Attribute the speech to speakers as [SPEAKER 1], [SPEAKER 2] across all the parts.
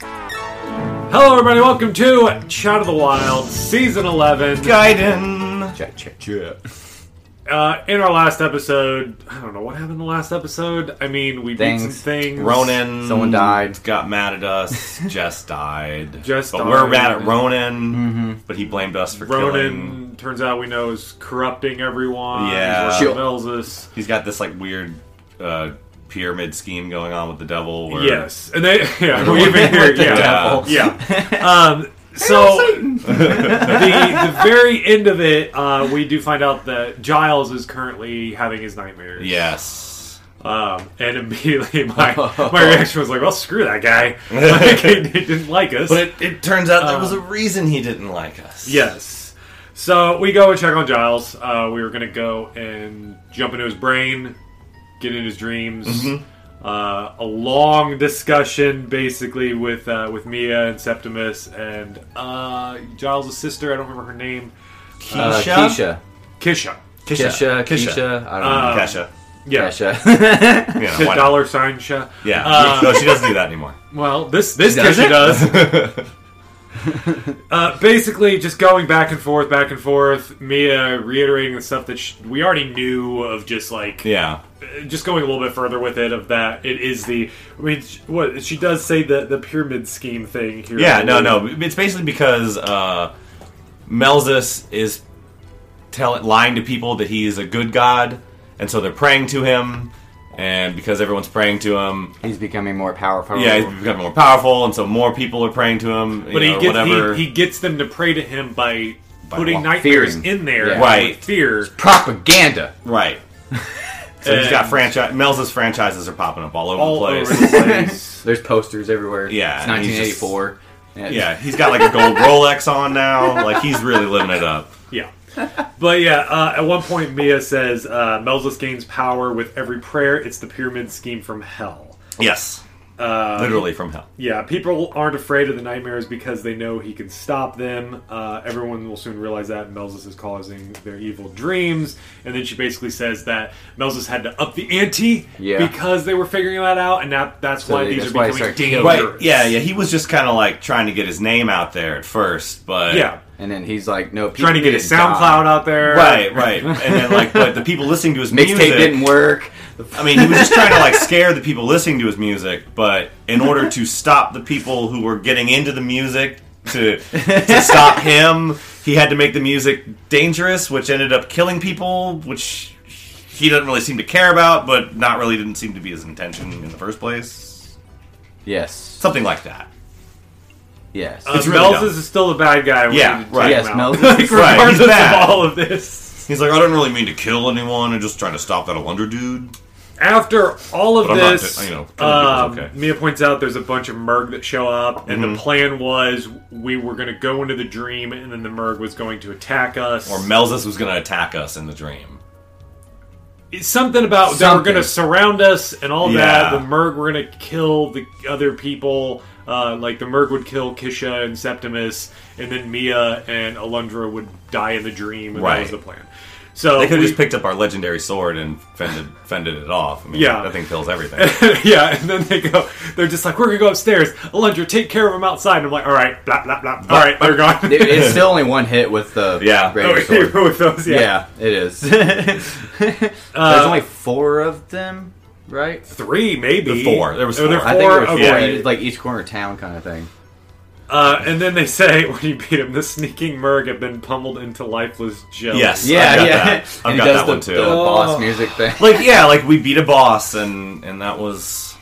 [SPEAKER 1] Hello, everybody. Welcome to Shot of the Wild, Season 11.
[SPEAKER 2] Gaiden.
[SPEAKER 3] Check, check, check.
[SPEAKER 1] Uh, in our last episode, I don't know what happened in the last episode. I mean, we
[SPEAKER 3] Things.
[SPEAKER 1] beat some things.
[SPEAKER 2] Ronan.
[SPEAKER 3] Someone died.
[SPEAKER 2] Got mad at us. Jess died.
[SPEAKER 1] Jess
[SPEAKER 2] but we're
[SPEAKER 1] died.
[SPEAKER 2] mad at Ronan.
[SPEAKER 3] Mm-hmm.
[SPEAKER 2] But he blamed us for killing.
[SPEAKER 1] Ronan, turns out we know, is corrupting everyone.
[SPEAKER 2] Yeah.
[SPEAKER 1] He's
[SPEAKER 3] Sure.
[SPEAKER 1] working with Elsus.
[SPEAKER 2] He's got this like weird uh, pyramid scheme going on with the devil. Where
[SPEAKER 1] Yes. And they, yeah, we even hear,
[SPEAKER 3] the
[SPEAKER 1] yeah.
[SPEAKER 2] devil.
[SPEAKER 1] Yeah. Um, so, the, the very end of it, uh, we do find out that Giles is currently having his nightmares.
[SPEAKER 2] Yes.
[SPEAKER 1] Um, and immediately my my reaction was like, "Well, screw that guy. Like, he, he didn't like us."
[SPEAKER 2] But it, it turns out there was a reason he didn't like us.
[SPEAKER 1] yes. So we go and check on Giles. Uh, we were gonna go and jump into his brain, get in his dreams.
[SPEAKER 2] Mm-hmm.
[SPEAKER 1] Uh, a long discussion, basically, with uh, with Mia and Septimus and uh, Giles' sister. I don't remember her name.
[SPEAKER 3] Uh,
[SPEAKER 2] Keisha.
[SPEAKER 3] Keisha.
[SPEAKER 1] Kisha.
[SPEAKER 3] Keisha. Keisha.
[SPEAKER 2] Keisha.
[SPEAKER 3] I don't know.
[SPEAKER 2] Kesha.
[SPEAKER 1] Uh, Yeah.
[SPEAKER 3] Keisha.
[SPEAKER 2] Yeah. why not?
[SPEAKER 1] Dollar sign Sha.
[SPEAKER 2] Yeah.
[SPEAKER 1] Uh,
[SPEAKER 2] no, she doesn't do that anymore.
[SPEAKER 1] Well, this this
[SPEAKER 3] Does
[SPEAKER 1] Kesha
[SPEAKER 3] it?
[SPEAKER 1] does. uh, basically, just going back and forth, back and forth. Mia reiterating the stuff that sh we already knew of, just like
[SPEAKER 2] Yeah.
[SPEAKER 1] uh, just going a little bit further with it. Of that, it is the. I mean, sh- what she does say the the pyramid scheme thing here.
[SPEAKER 2] Yeah, no, no. It's basically because uh, Melzus is tell- lying to people that he's a good god, and so they're praying to him. And because everyone's praying to him,
[SPEAKER 3] he's becoming more powerful.
[SPEAKER 2] yeah, he's becoming more powerful, and so more people are praying to him.
[SPEAKER 1] But
[SPEAKER 2] you
[SPEAKER 1] he
[SPEAKER 2] know,
[SPEAKER 1] gets
[SPEAKER 2] whatever.
[SPEAKER 1] He, he gets them to pray to him by.
[SPEAKER 2] By
[SPEAKER 1] Putting
[SPEAKER 2] what?
[SPEAKER 1] nightmares
[SPEAKER 3] Fearing.
[SPEAKER 1] in there,
[SPEAKER 3] Yeah.
[SPEAKER 1] with
[SPEAKER 2] Right.
[SPEAKER 1] Fear.
[SPEAKER 3] propaganda.
[SPEAKER 2] right. so he's
[SPEAKER 1] And-
[SPEAKER 2] got franchise. Melzus franchises are popping up all over
[SPEAKER 1] All
[SPEAKER 2] the place.
[SPEAKER 1] over the place.
[SPEAKER 3] There's posters everywhere.
[SPEAKER 2] Yeah,
[SPEAKER 3] It's
[SPEAKER 2] and he's
[SPEAKER 3] 1984.
[SPEAKER 2] yeah, he's got like a gold Rolex on now. Like he's really living it up.
[SPEAKER 1] Yeah. But yeah, uh, at one point Mia says uh, Melzus gains power with every prayer. It's the pyramid scheme from hell.
[SPEAKER 2] Yes,
[SPEAKER 1] Uh,
[SPEAKER 2] literally from hell.
[SPEAKER 1] yeah, people aren't afraid of the nightmares because they know he can stop them. Uh, everyone will soon realize that Melzus is causing their evil dreams. And then she basically says that Melzus had to up the ante
[SPEAKER 3] Yeah.
[SPEAKER 1] because they were figuring that out, and that, that's
[SPEAKER 3] So
[SPEAKER 1] why these
[SPEAKER 3] that's
[SPEAKER 1] are
[SPEAKER 3] why they
[SPEAKER 1] becoming
[SPEAKER 3] start killing-
[SPEAKER 1] dangerous.
[SPEAKER 2] Right? Yeah, yeah. He was just kind of like trying to get his name out there at first, but
[SPEAKER 1] Yeah.
[SPEAKER 3] And then he's like, no, people
[SPEAKER 1] Trying to get his SoundCloud out there.
[SPEAKER 2] Right, right. And then like, but the people listening to his
[SPEAKER 3] Mixtape
[SPEAKER 2] music
[SPEAKER 3] didn't work.
[SPEAKER 2] I mean, he was just trying to like scare the people listening to his music, but in order to stop the people who were getting into the music to to stop him, he had to make the music dangerous, which ended up killing people, which he doesn't really seem to care about, but not really didn't seem to be his intention in the first place.
[SPEAKER 3] Yes.
[SPEAKER 2] Something like that.
[SPEAKER 3] Yes.
[SPEAKER 1] Uh,
[SPEAKER 2] It's really
[SPEAKER 1] Melzus
[SPEAKER 2] dumb.
[SPEAKER 1] is still a bad guy. We
[SPEAKER 2] Yeah,
[SPEAKER 1] need to
[SPEAKER 2] right.
[SPEAKER 1] take
[SPEAKER 3] yes,
[SPEAKER 1] him out.
[SPEAKER 3] Moses. is-
[SPEAKER 2] Right,
[SPEAKER 1] Regardless
[SPEAKER 2] he's bad.
[SPEAKER 1] of all of this.
[SPEAKER 2] He's like, I don't really mean to kill anyone. I'm just trying to stop that Alunder dude.
[SPEAKER 1] after all of
[SPEAKER 2] But I'm not
[SPEAKER 1] this,
[SPEAKER 2] di- you know, killing
[SPEAKER 1] um,
[SPEAKER 2] people is okay. Mm-hmm.
[SPEAKER 1] Mia points out there's a bunch of Merg that show up, and the plan was we were going to go into the dream, and then the Merg was going to attack us.
[SPEAKER 2] Or Melzus was going to attack us in the dream.
[SPEAKER 1] It's something about they were
[SPEAKER 3] Something.
[SPEAKER 1] going to surround us and all that.
[SPEAKER 2] Yeah.
[SPEAKER 1] The Merg were going to kill the other people. Uh, like the Merg would kill Kisha and Septimus, and then Mia and Alundra would die in the dream, and that was
[SPEAKER 2] Right.
[SPEAKER 1] the plan. So
[SPEAKER 2] They could
[SPEAKER 1] we-
[SPEAKER 2] have just picked up our legendary sword and fended, fended it off. I mean,
[SPEAKER 1] Yeah.
[SPEAKER 2] that thing kills everything.
[SPEAKER 1] yeah, and then they go. They're just like, we're gonna go upstairs. Alundra, take care of him outside. And I'm like, all right, blah blah blah. All right, they're gone.
[SPEAKER 3] It- it's still only one hit with the
[SPEAKER 2] Yeah.
[SPEAKER 3] greater sword.
[SPEAKER 1] with those, Oh, yeah. Uh,
[SPEAKER 3] Yeah, it is. There's only four of them, right?
[SPEAKER 1] Three, maybe
[SPEAKER 2] The four. There was
[SPEAKER 1] Oh,
[SPEAKER 2] four.
[SPEAKER 3] I think there were four.
[SPEAKER 1] okay.
[SPEAKER 2] Yeah.
[SPEAKER 3] You did, like each corner of town kind of thing.
[SPEAKER 1] Uh, and then they say when you beat him, the sneaking merg had been pummeled into lifeless jelly.
[SPEAKER 2] Yes.
[SPEAKER 3] Yeah,
[SPEAKER 2] I've got
[SPEAKER 3] yeah.
[SPEAKER 2] that. I've
[SPEAKER 3] And
[SPEAKER 2] got
[SPEAKER 3] he does
[SPEAKER 2] that
[SPEAKER 3] the,
[SPEAKER 2] one too.
[SPEAKER 3] The
[SPEAKER 2] Oh.
[SPEAKER 3] boss music thing.
[SPEAKER 2] Like yeah, like we beat a boss and and that was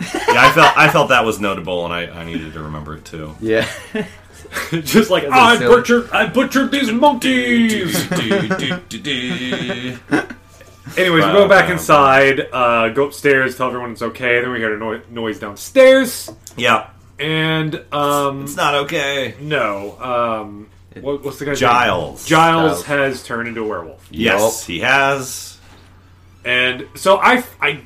[SPEAKER 2] Yeah, I felt I felt that was notable and I, I needed to remember it too.
[SPEAKER 3] Yeah.
[SPEAKER 1] Just like
[SPEAKER 3] they're
[SPEAKER 1] I
[SPEAKER 3] silly."
[SPEAKER 1] butchered, I butchered these monkeys. Anyways, we go back inside, uh, go upstairs, tell everyone it's okay. Then we hear a no- noise downstairs,
[SPEAKER 2] yeah,
[SPEAKER 1] and um,
[SPEAKER 2] it's not okay.
[SPEAKER 1] no, um, what, what's the guy's
[SPEAKER 2] Giles.
[SPEAKER 1] Name? Giles
[SPEAKER 3] Giles.
[SPEAKER 1] has turned into a werewolf,
[SPEAKER 2] Yes, he has.
[SPEAKER 1] and so I, I,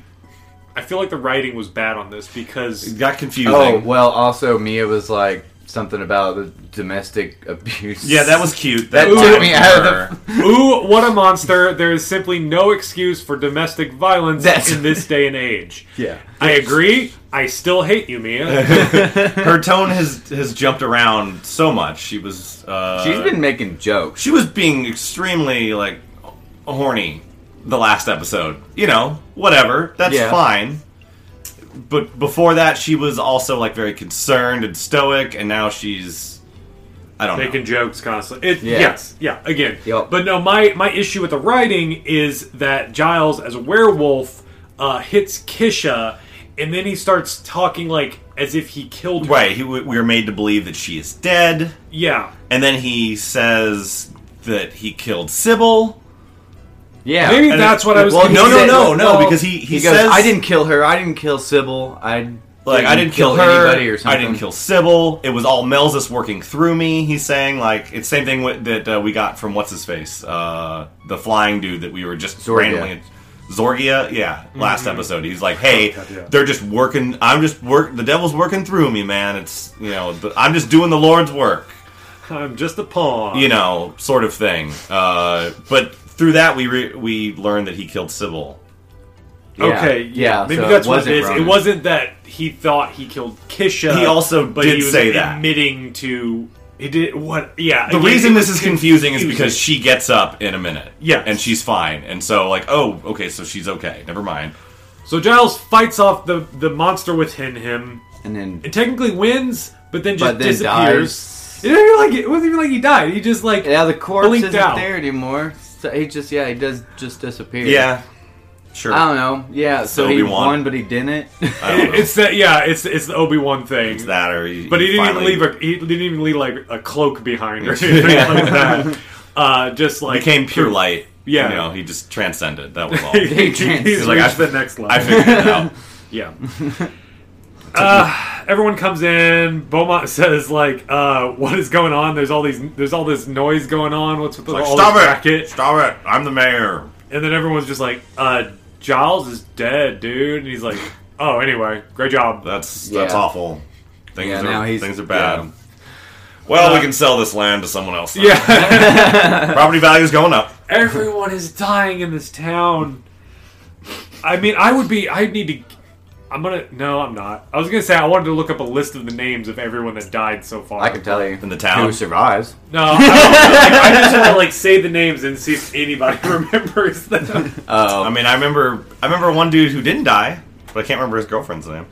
[SPEAKER 1] I feel like the writing was bad on this because
[SPEAKER 2] It got confusing.
[SPEAKER 3] Oh well, also Mia was like something about the domestic abuse.
[SPEAKER 2] yeah, that was cute.
[SPEAKER 3] that
[SPEAKER 2] was
[SPEAKER 3] took me
[SPEAKER 2] cute.
[SPEAKER 3] out of the.
[SPEAKER 1] Ooh, what a monster! There is simply no excuse for domestic violence
[SPEAKER 3] That's-
[SPEAKER 1] in this day and age.
[SPEAKER 3] Yeah.
[SPEAKER 1] I agree. I still hate you, Mia.
[SPEAKER 2] Her tone has has jumped around so much. She was uh,
[SPEAKER 3] She's been making jokes.
[SPEAKER 2] she was being extremely like horny the last episode. You know, whatever. That's
[SPEAKER 3] Yeah.
[SPEAKER 2] fine. But before that, she was also like very concerned and stoic, and now she's I don't
[SPEAKER 1] Making
[SPEAKER 2] know.
[SPEAKER 1] jokes constantly. It,
[SPEAKER 3] Yeah.
[SPEAKER 1] Yes, yeah. Again,
[SPEAKER 3] Yup.
[SPEAKER 1] but no. My my issue with the writing is that Giles, as a werewolf, uh, hits Kisha, and then he starts talking like as if he killed her.
[SPEAKER 2] Right, he, we we were made to believe that she is dead,
[SPEAKER 1] Yeah.
[SPEAKER 2] and then he says that he killed Sybil.
[SPEAKER 3] Yeah.
[SPEAKER 1] Maybe
[SPEAKER 2] And
[SPEAKER 1] that's
[SPEAKER 2] it-
[SPEAKER 1] what I was.
[SPEAKER 2] well,
[SPEAKER 1] thinking.
[SPEAKER 2] no,
[SPEAKER 3] He
[SPEAKER 2] no,
[SPEAKER 3] said,
[SPEAKER 2] no,
[SPEAKER 3] like,
[SPEAKER 2] no,
[SPEAKER 3] well,
[SPEAKER 2] because he- he
[SPEAKER 3] goes,
[SPEAKER 2] says-
[SPEAKER 3] I didn't kill her. I didn't kill Sybil. I
[SPEAKER 2] Like I didn't kill, her.
[SPEAKER 3] anybody or something.
[SPEAKER 2] I didn't kill Sybil. It was all Melzus working through me. He's saying like it's same thing with, that uh, we got from what's his face, uh, the flying dude that we were just
[SPEAKER 3] Zorgia.
[SPEAKER 2] randomly Zorgia. Yeah, last episode. He's like, hey,
[SPEAKER 1] Mm-hmm. Oh, God, yeah.
[SPEAKER 2] they're just working. I'm just work. The devil's working through me, man. It's you know, but I'm just doing the Lord's work.
[SPEAKER 1] I'm just a pawn.
[SPEAKER 2] You know, sort of thing. Uh, but through that, we re- we learned that he killed Sybil.
[SPEAKER 3] Yeah.
[SPEAKER 1] Okay, yeah.
[SPEAKER 3] Yeah,
[SPEAKER 1] Maybe
[SPEAKER 3] so
[SPEAKER 1] that's
[SPEAKER 3] it
[SPEAKER 1] what it
[SPEAKER 3] wasn't
[SPEAKER 1] is. It
[SPEAKER 3] Ronan.
[SPEAKER 1] wasn't that he thought he killed Kisha.
[SPEAKER 2] He also
[SPEAKER 1] but
[SPEAKER 2] did
[SPEAKER 1] he was
[SPEAKER 2] say that.
[SPEAKER 1] admitting to he did what? Yeah.
[SPEAKER 2] The
[SPEAKER 1] again,
[SPEAKER 2] reason
[SPEAKER 1] it
[SPEAKER 2] this
[SPEAKER 1] was
[SPEAKER 2] is confusing is
[SPEAKER 1] confusing.
[SPEAKER 2] because she gets up in a minute.
[SPEAKER 1] Yes.
[SPEAKER 2] And she's fine. And so, like, oh, okay, so she's okay. Never mind.
[SPEAKER 1] so Giles fights off the the monster within him
[SPEAKER 3] And then
[SPEAKER 1] and technically wins, but then just
[SPEAKER 3] But then
[SPEAKER 1] disappears.
[SPEAKER 3] dies.
[SPEAKER 1] It wasn't even like it wasn't even like he died. He just like
[SPEAKER 3] yeah, the corpse
[SPEAKER 1] blinked
[SPEAKER 3] isn't
[SPEAKER 1] out.
[SPEAKER 3] there anymore. So he just yeah, he does just disappear.
[SPEAKER 2] Sure.
[SPEAKER 3] I don't know. Yeah, so,
[SPEAKER 2] So
[SPEAKER 3] he
[SPEAKER 2] Obi-Wan.
[SPEAKER 3] won, but he didn't.
[SPEAKER 2] I don't know.
[SPEAKER 1] It's that yeah. It's it's the Obi Wan thing.
[SPEAKER 2] It's that or he,
[SPEAKER 1] But he didn't
[SPEAKER 2] finally
[SPEAKER 1] even leave a he didn't even leave like a cloak behind or anything like that. Uh, just like
[SPEAKER 2] became pure light.
[SPEAKER 1] Yeah.
[SPEAKER 2] You know, he just transcended. That was all.
[SPEAKER 1] He-
[SPEAKER 2] I
[SPEAKER 1] he- He's
[SPEAKER 3] He's
[SPEAKER 2] like,
[SPEAKER 1] like,
[SPEAKER 2] I-
[SPEAKER 1] the next level.
[SPEAKER 2] figured it out.
[SPEAKER 1] Yeah. uh, everyone comes in. Beaumont says, "Like, uh, what is going on? There's all these. There's all this noise going on. What's with
[SPEAKER 2] Like,
[SPEAKER 1] all
[SPEAKER 2] stop
[SPEAKER 1] this
[SPEAKER 2] it!
[SPEAKER 1] racket?"
[SPEAKER 2] Stop it! I'm the mayor.
[SPEAKER 1] And then everyone's just like, uh, "Giles is dead, dude." And he's like, "Oh, anyway, great job."
[SPEAKER 2] That's
[SPEAKER 3] Yeah.
[SPEAKER 2] that's awful. Things
[SPEAKER 3] Yeah,
[SPEAKER 2] are
[SPEAKER 3] now he's-
[SPEAKER 2] things are bad.
[SPEAKER 3] yeah.
[SPEAKER 2] Well,
[SPEAKER 1] Uh,
[SPEAKER 2] we can sell this land to someone else. then.
[SPEAKER 1] Yeah.
[SPEAKER 2] Property value's going up.
[SPEAKER 1] Everyone is dying in this town. I mean, I would be. I'd need to. I'm gonna. No, I'm not. I was gonna say I wanted to look up a list of the names of everyone that died so far.
[SPEAKER 3] I can tell you
[SPEAKER 2] In the town?
[SPEAKER 3] who survives.
[SPEAKER 1] No, I, don't know. I just want to like say the names and see if anybody remembers them.
[SPEAKER 2] I
[SPEAKER 3] Oh,
[SPEAKER 2] mean, I remember I remember one dude who didn't die, but I can't remember his girlfriend's name.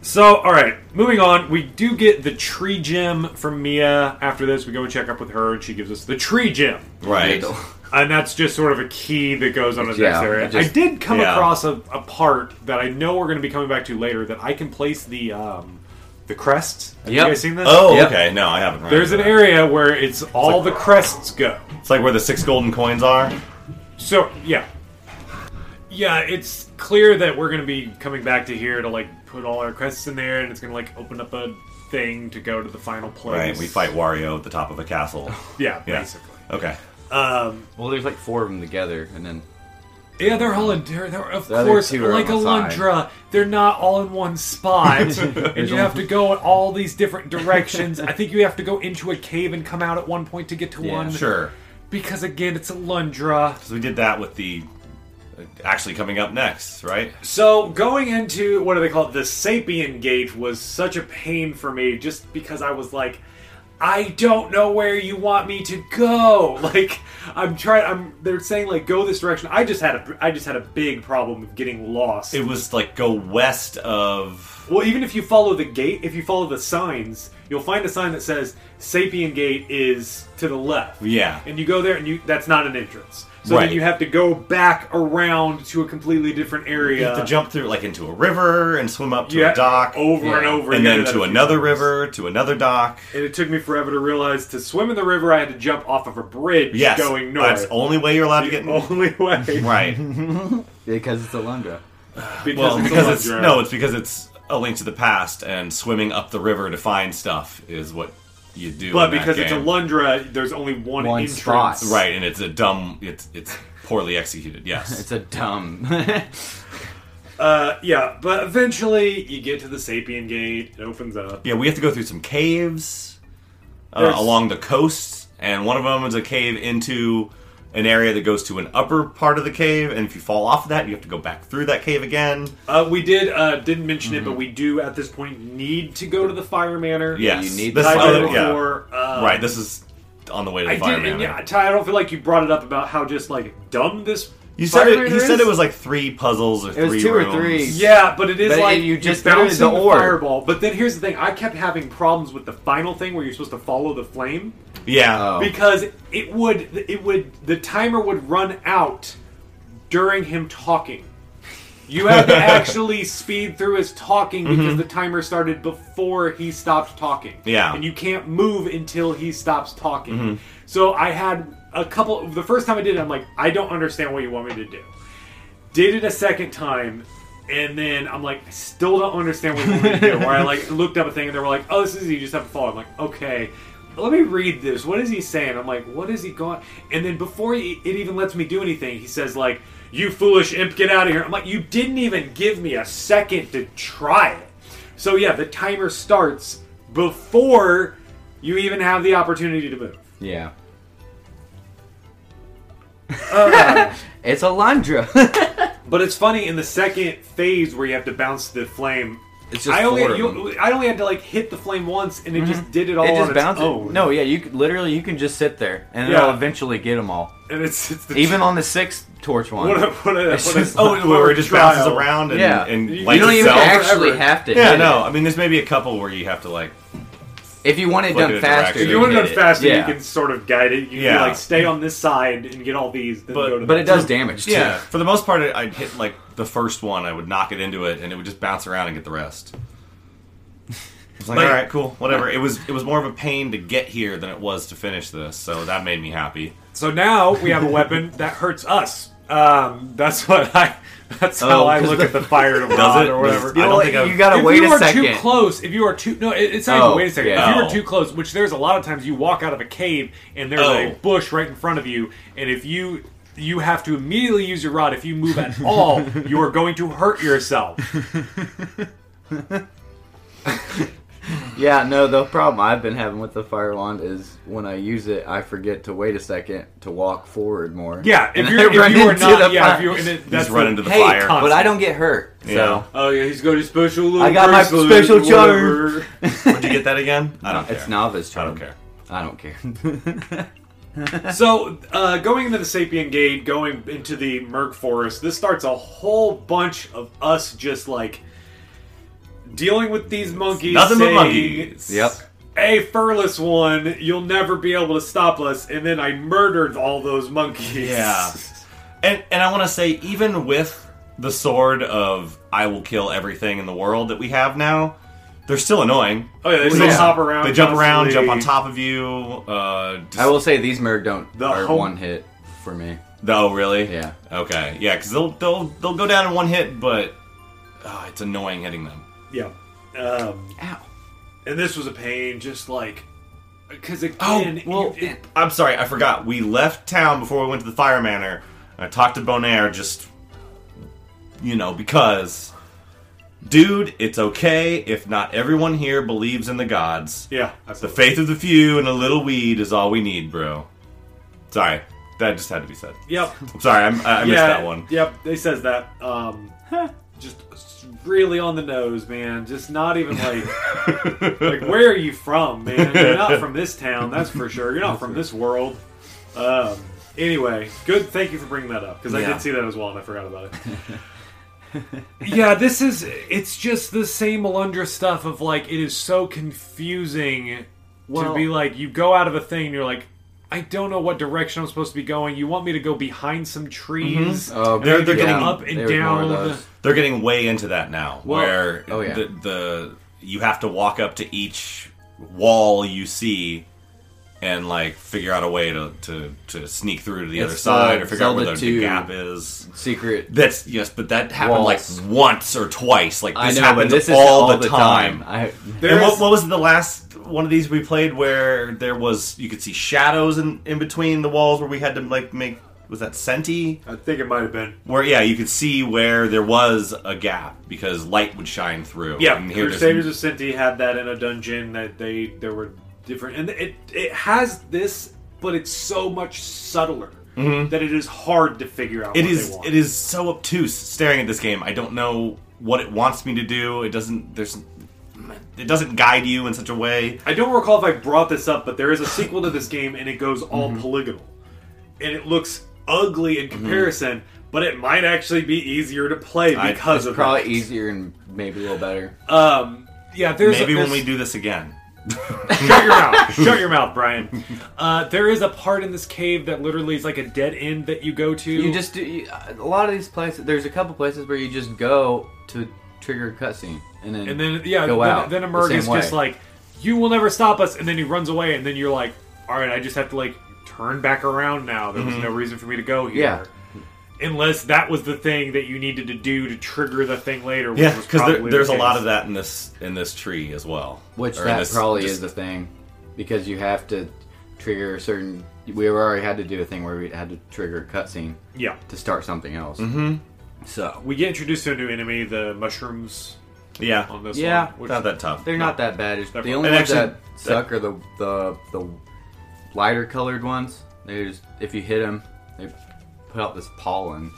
[SPEAKER 1] So, all right, moving on. We do get the tree gem from Mia. After this, we go and check up with her, and she gives us the tree gem,
[SPEAKER 2] Right.
[SPEAKER 1] and that's just sort of a key that goes on in the next
[SPEAKER 3] Yeah,
[SPEAKER 1] area.
[SPEAKER 3] it just-
[SPEAKER 1] I did come
[SPEAKER 2] yeah.
[SPEAKER 1] across a, a part that I know we're going to be coming back to later that I can place the um, the crests. Have
[SPEAKER 3] Yep.
[SPEAKER 1] you guys seen this?
[SPEAKER 2] Oh,
[SPEAKER 3] Yep.
[SPEAKER 2] okay. No, I haven't. read
[SPEAKER 1] There's an
[SPEAKER 2] that.
[SPEAKER 1] area where it's all the crests go.
[SPEAKER 2] It's like where the six golden coins are.
[SPEAKER 1] So yeah, yeah. It's clear that we're gonna be coming back to here to like put all our crests in there, and it's gonna like open up a thing to go to the final place.
[SPEAKER 2] Right. We fight Wario at the top of a castle.
[SPEAKER 1] Yeah,
[SPEAKER 2] Yeah.
[SPEAKER 1] basically.
[SPEAKER 2] Okay.
[SPEAKER 1] Um,
[SPEAKER 3] well, there's like four of them together, and then
[SPEAKER 1] yeah, they're all in. They're, they're of
[SPEAKER 3] The other
[SPEAKER 1] course
[SPEAKER 3] two are on
[SPEAKER 1] like
[SPEAKER 3] the side.
[SPEAKER 1] Alundra. They're not all in one spot, and you have to go in all these different directions. I think you have to go into a cave and come out at one point to get to
[SPEAKER 3] Yeah.
[SPEAKER 1] one.
[SPEAKER 2] Sure.
[SPEAKER 1] Because again, it's Alundra.
[SPEAKER 2] So we did that with the uh, actually coming up next, right?
[SPEAKER 1] So going into what do they call it? The Sapien Gate was such a pain for me, just because I was like, I don't know where you want me to go. Like I'm trying. I'm. They're saying like go this direction. I just had a. I just had a big problem with getting lost.
[SPEAKER 2] It was like go west of
[SPEAKER 1] Well, even if you follow the gate, if you follow the signs, you'll find a sign that says Sapien Gate is to the left.
[SPEAKER 2] Yeah.
[SPEAKER 1] And you go there, and you that's not an entrance. So
[SPEAKER 2] Right.
[SPEAKER 1] then you have to go back around to a completely different area.
[SPEAKER 2] You have to jump through like into a river and swim up to
[SPEAKER 1] uh, Yeah,
[SPEAKER 2] a dock
[SPEAKER 1] over and
[SPEAKER 3] Yeah.
[SPEAKER 1] over again.
[SPEAKER 2] and then
[SPEAKER 1] That
[SPEAKER 2] to
[SPEAKER 1] a few
[SPEAKER 2] another
[SPEAKER 1] times.
[SPEAKER 2] river to another dock.
[SPEAKER 1] And it took me forever to realize to swim in the river, I had to jump off of a bridge
[SPEAKER 2] Yes,
[SPEAKER 1] going north. oh.
[SPEAKER 2] that's the only way you're allowed to get
[SPEAKER 1] the only way.
[SPEAKER 2] right.
[SPEAKER 3] because it's a Lundra.
[SPEAKER 1] Because
[SPEAKER 2] Well,
[SPEAKER 1] it's
[SPEAKER 2] because
[SPEAKER 1] a
[SPEAKER 2] it's
[SPEAKER 1] Lundra.
[SPEAKER 2] no, it's because it's a link to the past and swimming up the river to find stuff is what you do.
[SPEAKER 1] But
[SPEAKER 2] in that
[SPEAKER 1] because it's a
[SPEAKER 2] game.
[SPEAKER 1] Lundra, there's only one,
[SPEAKER 3] One
[SPEAKER 1] entrance.
[SPEAKER 3] spot.
[SPEAKER 2] right, and it's a dumb, it's it's poorly executed. Yes,
[SPEAKER 3] It's a dumb.
[SPEAKER 1] Uh, yeah, but eventually you get to the Sapien Gate. It opens up.
[SPEAKER 2] yeah, we have to go through some caves uh,
[SPEAKER 1] There's-
[SPEAKER 2] along the coast, and one of them is a cave into an area that goes to an upper part of the cave, and if you fall off of that, you have to go back through that cave again.
[SPEAKER 1] Uh, we did uh, didn't mention it, but
[SPEAKER 2] Mm-hmm.
[SPEAKER 1] we do at this point need to go to the Fire Manor.
[SPEAKER 2] Yes,
[SPEAKER 3] You need
[SPEAKER 2] this
[SPEAKER 3] the
[SPEAKER 2] is
[SPEAKER 1] I
[SPEAKER 3] fire
[SPEAKER 1] did
[SPEAKER 2] other- yeah.
[SPEAKER 1] before. Uh,
[SPEAKER 2] right. This is on the way to the
[SPEAKER 1] I
[SPEAKER 2] fire
[SPEAKER 1] did, and
[SPEAKER 2] manor.
[SPEAKER 1] yeah, Ty, I don't feel like you brought it up about how just like dumb this.
[SPEAKER 2] You said
[SPEAKER 1] Fire
[SPEAKER 2] it.
[SPEAKER 1] Manor
[SPEAKER 2] You said
[SPEAKER 1] is.
[SPEAKER 2] it was like three puzzles or
[SPEAKER 3] It was
[SPEAKER 2] three
[SPEAKER 3] two or
[SPEAKER 2] rooms.
[SPEAKER 3] three.
[SPEAKER 1] Yeah, but it is
[SPEAKER 3] But
[SPEAKER 1] like
[SPEAKER 3] you
[SPEAKER 1] you're
[SPEAKER 3] just
[SPEAKER 1] bouncing
[SPEAKER 3] literally
[SPEAKER 1] the
[SPEAKER 3] the orb.
[SPEAKER 1] fireball. But then here's the thing: I kept having problems with the final thing where you're supposed to follow the flame
[SPEAKER 2] Yeah.
[SPEAKER 3] Oh.
[SPEAKER 1] because it would it would the timer would run out during him talking. You had to actually speed through his talking because
[SPEAKER 3] Mm-hmm.
[SPEAKER 1] the timer started before he stopped talking.
[SPEAKER 2] Yeah.
[SPEAKER 1] And you can't move until he stops talking.
[SPEAKER 3] Mm-hmm.
[SPEAKER 1] So I had a couple the first time I did it, I'm like, I don't understand what you want me to do. Did it a second time, and then I'm like, I still don't understand what you want me to do. Where I like looked up a thing and they were like, Oh, this is easy, you just have to follow. I'm like, okay. Let me read this. What is he saying? I'm like, what is he going? And then before he, it even lets me do anything, he says like, "You foolish imp, get out of here!" I'm like, you didn't even give me a second to try it. So yeah, the timer starts before you even have the opportunity to move.
[SPEAKER 3] yeah. it's a Lundra.
[SPEAKER 1] But it's funny in the second phase where you have to bounce the flame.
[SPEAKER 3] It's just
[SPEAKER 1] I only
[SPEAKER 3] four of
[SPEAKER 1] you-
[SPEAKER 3] them.
[SPEAKER 1] I only had to like hit the flame once, and it just did it all
[SPEAKER 3] it
[SPEAKER 1] on
[SPEAKER 3] just
[SPEAKER 1] Oh, its
[SPEAKER 3] bounces.
[SPEAKER 1] own.
[SPEAKER 3] No, yeah, you could, literally you can just sit there and
[SPEAKER 1] Yeah.
[SPEAKER 3] it'll eventually get them all.
[SPEAKER 1] and it's, it's the
[SPEAKER 3] Even on the sixth torch one.
[SPEAKER 1] what a what a,
[SPEAKER 3] It's
[SPEAKER 1] what a
[SPEAKER 3] just-
[SPEAKER 2] Oh, where
[SPEAKER 1] horror
[SPEAKER 2] it just
[SPEAKER 1] trial.
[SPEAKER 2] bounces around and,
[SPEAKER 3] Yeah.
[SPEAKER 2] and
[SPEAKER 1] You
[SPEAKER 3] you
[SPEAKER 2] lights
[SPEAKER 3] don't even
[SPEAKER 2] itself.
[SPEAKER 1] act-
[SPEAKER 3] actually
[SPEAKER 1] forever.
[SPEAKER 3] have to.
[SPEAKER 2] yeah,
[SPEAKER 3] hit
[SPEAKER 2] no.
[SPEAKER 3] it.
[SPEAKER 2] I mean, there's maybe a couple where you have to like.
[SPEAKER 3] If you want it
[SPEAKER 2] Look at
[SPEAKER 3] done
[SPEAKER 2] it
[SPEAKER 3] faster,
[SPEAKER 2] directly.
[SPEAKER 1] If you want to
[SPEAKER 3] hit
[SPEAKER 1] go faster,
[SPEAKER 3] Yeah.
[SPEAKER 1] you can sort of guide it. You can be
[SPEAKER 2] Yeah.
[SPEAKER 1] like stay on this side and get all these. Then
[SPEAKER 2] But-
[SPEAKER 1] go to
[SPEAKER 3] But
[SPEAKER 1] that.
[SPEAKER 3] it does damage too.
[SPEAKER 2] Yeah. For the most part, I- I'd hit like the first one. I would knock it into it, and it would just bounce around and get the rest. It's like,
[SPEAKER 1] Like-
[SPEAKER 2] all right, cool, whatever. It was it was more of a pain to get here than it was to finish this, so that made me happy.
[SPEAKER 1] So now we have a weapon that hurts us. Um, that's what I. That's how
[SPEAKER 3] Oh,
[SPEAKER 1] I
[SPEAKER 3] 'cause
[SPEAKER 1] look
[SPEAKER 3] the-
[SPEAKER 1] at the fire to
[SPEAKER 2] Does
[SPEAKER 1] rod
[SPEAKER 2] it?
[SPEAKER 1] or whatever.
[SPEAKER 2] Does- I don't think
[SPEAKER 3] you
[SPEAKER 2] I've-
[SPEAKER 3] gotta
[SPEAKER 1] if
[SPEAKER 3] wait
[SPEAKER 1] you
[SPEAKER 3] a
[SPEAKER 1] are
[SPEAKER 3] second.
[SPEAKER 1] too close, if you are too no, it, it's not
[SPEAKER 3] Oh,
[SPEAKER 1] even wait a second.
[SPEAKER 3] yeah.
[SPEAKER 1] If you were
[SPEAKER 2] Oh.
[SPEAKER 1] too close, which there's a lot of times you walk out of a cave and there's a
[SPEAKER 2] Oh.
[SPEAKER 1] bush right in front of you, and if you you have to immediately use your rod if you move at all, you are going to hurt yourself.
[SPEAKER 3] Yeah, no, the problem I've been having with the fire wand is when I use it, I forget to wait a second to walk forward more.
[SPEAKER 1] Yeah,
[SPEAKER 3] And
[SPEAKER 1] if
[SPEAKER 3] I
[SPEAKER 1] you're if
[SPEAKER 3] run
[SPEAKER 1] you are
[SPEAKER 3] into
[SPEAKER 1] not
[SPEAKER 3] the
[SPEAKER 1] yeah,
[SPEAKER 3] fire.
[SPEAKER 1] if you're and it, that's
[SPEAKER 2] just run into the
[SPEAKER 3] hey,
[SPEAKER 2] fire.
[SPEAKER 3] but I don't get hurt.
[SPEAKER 2] Yeah.
[SPEAKER 3] So
[SPEAKER 1] Oh yeah, he's got his special. Little
[SPEAKER 3] I got my
[SPEAKER 1] bracelet,
[SPEAKER 3] special
[SPEAKER 1] whatever.
[SPEAKER 2] Would you get that again? I don't care.
[SPEAKER 3] it's novice
[SPEAKER 2] I
[SPEAKER 3] charm.
[SPEAKER 2] don't care.
[SPEAKER 3] I don't care.
[SPEAKER 1] So, uh, going into the Sapien Gate, going into the Merc Forest, this starts a whole bunch of us just like dealing with these monkeys.
[SPEAKER 2] Nothing but
[SPEAKER 1] saying,
[SPEAKER 2] monkeys.
[SPEAKER 3] yep.
[SPEAKER 1] Hey, furless one, you'll never be able to stop us. And then I murdered all those monkeys.
[SPEAKER 2] Yeah. And and I want to say, even with the sword of I will kill everything in the world that we have now, they're still annoying.
[SPEAKER 1] Oh, yeah, they still
[SPEAKER 3] Yeah.
[SPEAKER 1] hop around.
[SPEAKER 2] They jump around,
[SPEAKER 1] constantly.
[SPEAKER 2] jump on top of you. Uh, just,
[SPEAKER 3] I will say these merg don't
[SPEAKER 1] The
[SPEAKER 3] are
[SPEAKER 1] whole-
[SPEAKER 3] one hit for me.
[SPEAKER 2] Oh, really?
[SPEAKER 3] Yeah.
[SPEAKER 2] Okay. Yeah, because they'll they'll they'll go down in one hit, but uh, it's annoying hitting them.
[SPEAKER 1] Yeah. Um,
[SPEAKER 3] Ow.
[SPEAKER 1] and this was a pain, just like.
[SPEAKER 2] Oh,
[SPEAKER 1] Because again,
[SPEAKER 3] well,
[SPEAKER 1] it- it-
[SPEAKER 2] I'm sorry, I forgot. We left town before we went to the fire manor. and I talked to Bonaire just, you know, because, dude, it's okay if not everyone here believes in the gods.
[SPEAKER 1] yeah.
[SPEAKER 2] The
[SPEAKER 1] absolutely.
[SPEAKER 2] faith of the few and a little weed is all we need, bro. Sorry, that just had to be said.
[SPEAKER 1] Yep.
[SPEAKER 2] I'm sorry, I'm, I, I missed that one.
[SPEAKER 1] Yep, they says that. Um, just really on the nose, man. Just not even like, like where are you from, man? You're not from this town, that's for sure. You're not from this world. Um, anyway, good. Thank you for bringing that up because I
[SPEAKER 3] Yeah.
[SPEAKER 1] did see that as well and I forgot about it. yeah, this is it's just the same Alundra stuff of like it is so confusing to
[SPEAKER 3] Well-
[SPEAKER 1] be like you go out of a thing and you're like I don't know what direction I'm supposed to be going. You want me to go behind some trees?
[SPEAKER 3] Oh,
[SPEAKER 1] and they're, they're
[SPEAKER 2] yeah.
[SPEAKER 1] getting up and
[SPEAKER 3] They would
[SPEAKER 1] down.
[SPEAKER 3] ignore
[SPEAKER 1] a little
[SPEAKER 3] those.
[SPEAKER 1] bit.
[SPEAKER 2] They're getting way into that now,
[SPEAKER 1] Well-
[SPEAKER 2] where
[SPEAKER 3] Oh, yeah.
[SPEAKER 2] the, the you have to walk up to each wall you see and like figure out a way to to, to sneak through to the
[SPEAKER 3] It's
[SPEAKER 2] other side
[SPEAKER 3] the
[SPEAKER 2] or figure out where the,
[SPEAKER 3] Zelda
[SPEAKER 2] the
[SPEAKER 3] 2.
[SPEAKER 2] gap is.
[SPEAKER 3] Secret.
[SPEAKER 2] That's yes, but that happened
[SPEAKER 3] Walls.
[SPEAKER 2] like once or twice. Like
[SPEAKER 3] I
[SPEAKER 2] this
[SPEAKER 3] know, but
[SPEAKER 2] happens
[SPEAKER 3] this is
[SPEAKER 2] all, the, time.
[SPEAKER 3] I,
[SPEAKER 2] And
[SPEAKER 1] There's-
[SPEAKER 2] what, what was the last one of these we played where there was you could see shadows in, in between the walls where we had to like make was that Senti?
[SPEAKER 1] I think it might have been.
[SPEAKER 2] Where yeah, you could see where there was a gap because light would shine through.
[SPEAKER 1] Yeah,
[SPEAKER 2] and here
[SPEAKER 1] Crusaders
[SPEAKER 2] there's-
[SPEAKER 1] of Senti had that in a dungeon that they there were different, and it it has this, but it's so much subtler
[SPEAKER 3] Mm-hmm.
[SPEAKER 1] that it is hard to figure out.
[SPEAKER 2] it
[SPEAKER 1] what
[SPEAKER 2] is
[SPEAKER 1] they want.
[SPEAKER 2] it is so obtuse staring at this game. I don't know what it wants me to do. It doesn't there's it doesn't guide you in such a way.
[SPEAKER 1] I don't recall if I brought this up, but there is a sequel to this game, and it goes all
[SPEAKER 2] Mm-hmm.
[SPEAKER 1] polygonal, and it looks ugly in comparison. But it might actually be easier to play
[SPEAKER 2] I-
[SPEAKER 1] because
[SPEAKER 2] it's
[SPEAKER 1] of
[SPEAKER 3] probably
[SPEAKER 1] that.
[SPEAKER 3] easier and maybe a little better.
[SPEAKER 1] Um, yeah, there's
[SPEAKER 2] Maybe
[SPEAKER 1] there's,
[SPEAKER 2] when we do this again.
[SPEAKER 1] Shut your mouth. Shut your mouth, Brian. Uh, there is a part in this cave that literally is like a dead end that you go to.
[SPEAKER 3] You just do you, uh, a lot of these places. There's a couple places where you just go to trigger a cutscene, and then
[SPEAKER 1] and then yeah,
[SPEAKER 3] go
[SPEAKER 1] then,
[SPEAKER 3] out.
[SPEAKER 1] then
[SPEAKER 3] the
[SPEAKER 1] Emerg
[SPEAKER 3] same
[SPEAKER 1] is just
[SPEAKER 3] way.
[SPEAKER 1] like, "You will never stop us," and then he runs away, and then you're like, "All right, I just have to like turn back around now. There was no reason for me to go here."
[SPEAKER 3] Mm-hmm. Yeah.
[SPEAKER 1] Unless that was the thing that you needed to do to trigger the thing later. Which
[SPEAKER 2] Yeah,
[SPEAKER 1] was
[SPEAKER 2] because
[SPEAKER 1] probably the
[SPEAKER 2] there's a lot
[SPEAKER 1] case.
[SPEAKER 2] of that in this in this tree as well.
[SPEAKER 3] which
[SPEAKER 2] Or in
[SPEAKER 3] that
[SPEAKER 2] this-
[SPEAKER 3] probably
[SPEAKER 2] just-
[SPEAKER 3] is a thing because you have to trigger a certain. We already had to do a thing where we had to trigger a cutscene
[SPEAKER 1] Yeah,
[SPEAKER 3] to start something else.
[SPEAKER 1] Mm-hmm.
[SPEAKER 3] So
[SPEAKER 1] we get introduced to a new enemy, the mushrooms.
[SPEAKER 2] Yeah,
[SPEAKER 1] On this
[SPEAKER 3] Yeah.
[SPEAKER 1] one, which-
[SPEAKER 2] not that tough.
[SPEAKER 3] they're not that bad. It's,
[SPEAKER 1] They're
[SPEAKER 3] the
[SPEAKER 1] fine.
[SPEAKER 3] only
[SPEAKER 2] And
[SPEAKER 3] ones
[SPEAKER 2] actually,
[SPEAKER 3] that suck are the the the lighter colored ones. They just if you hit them, they put out this pollen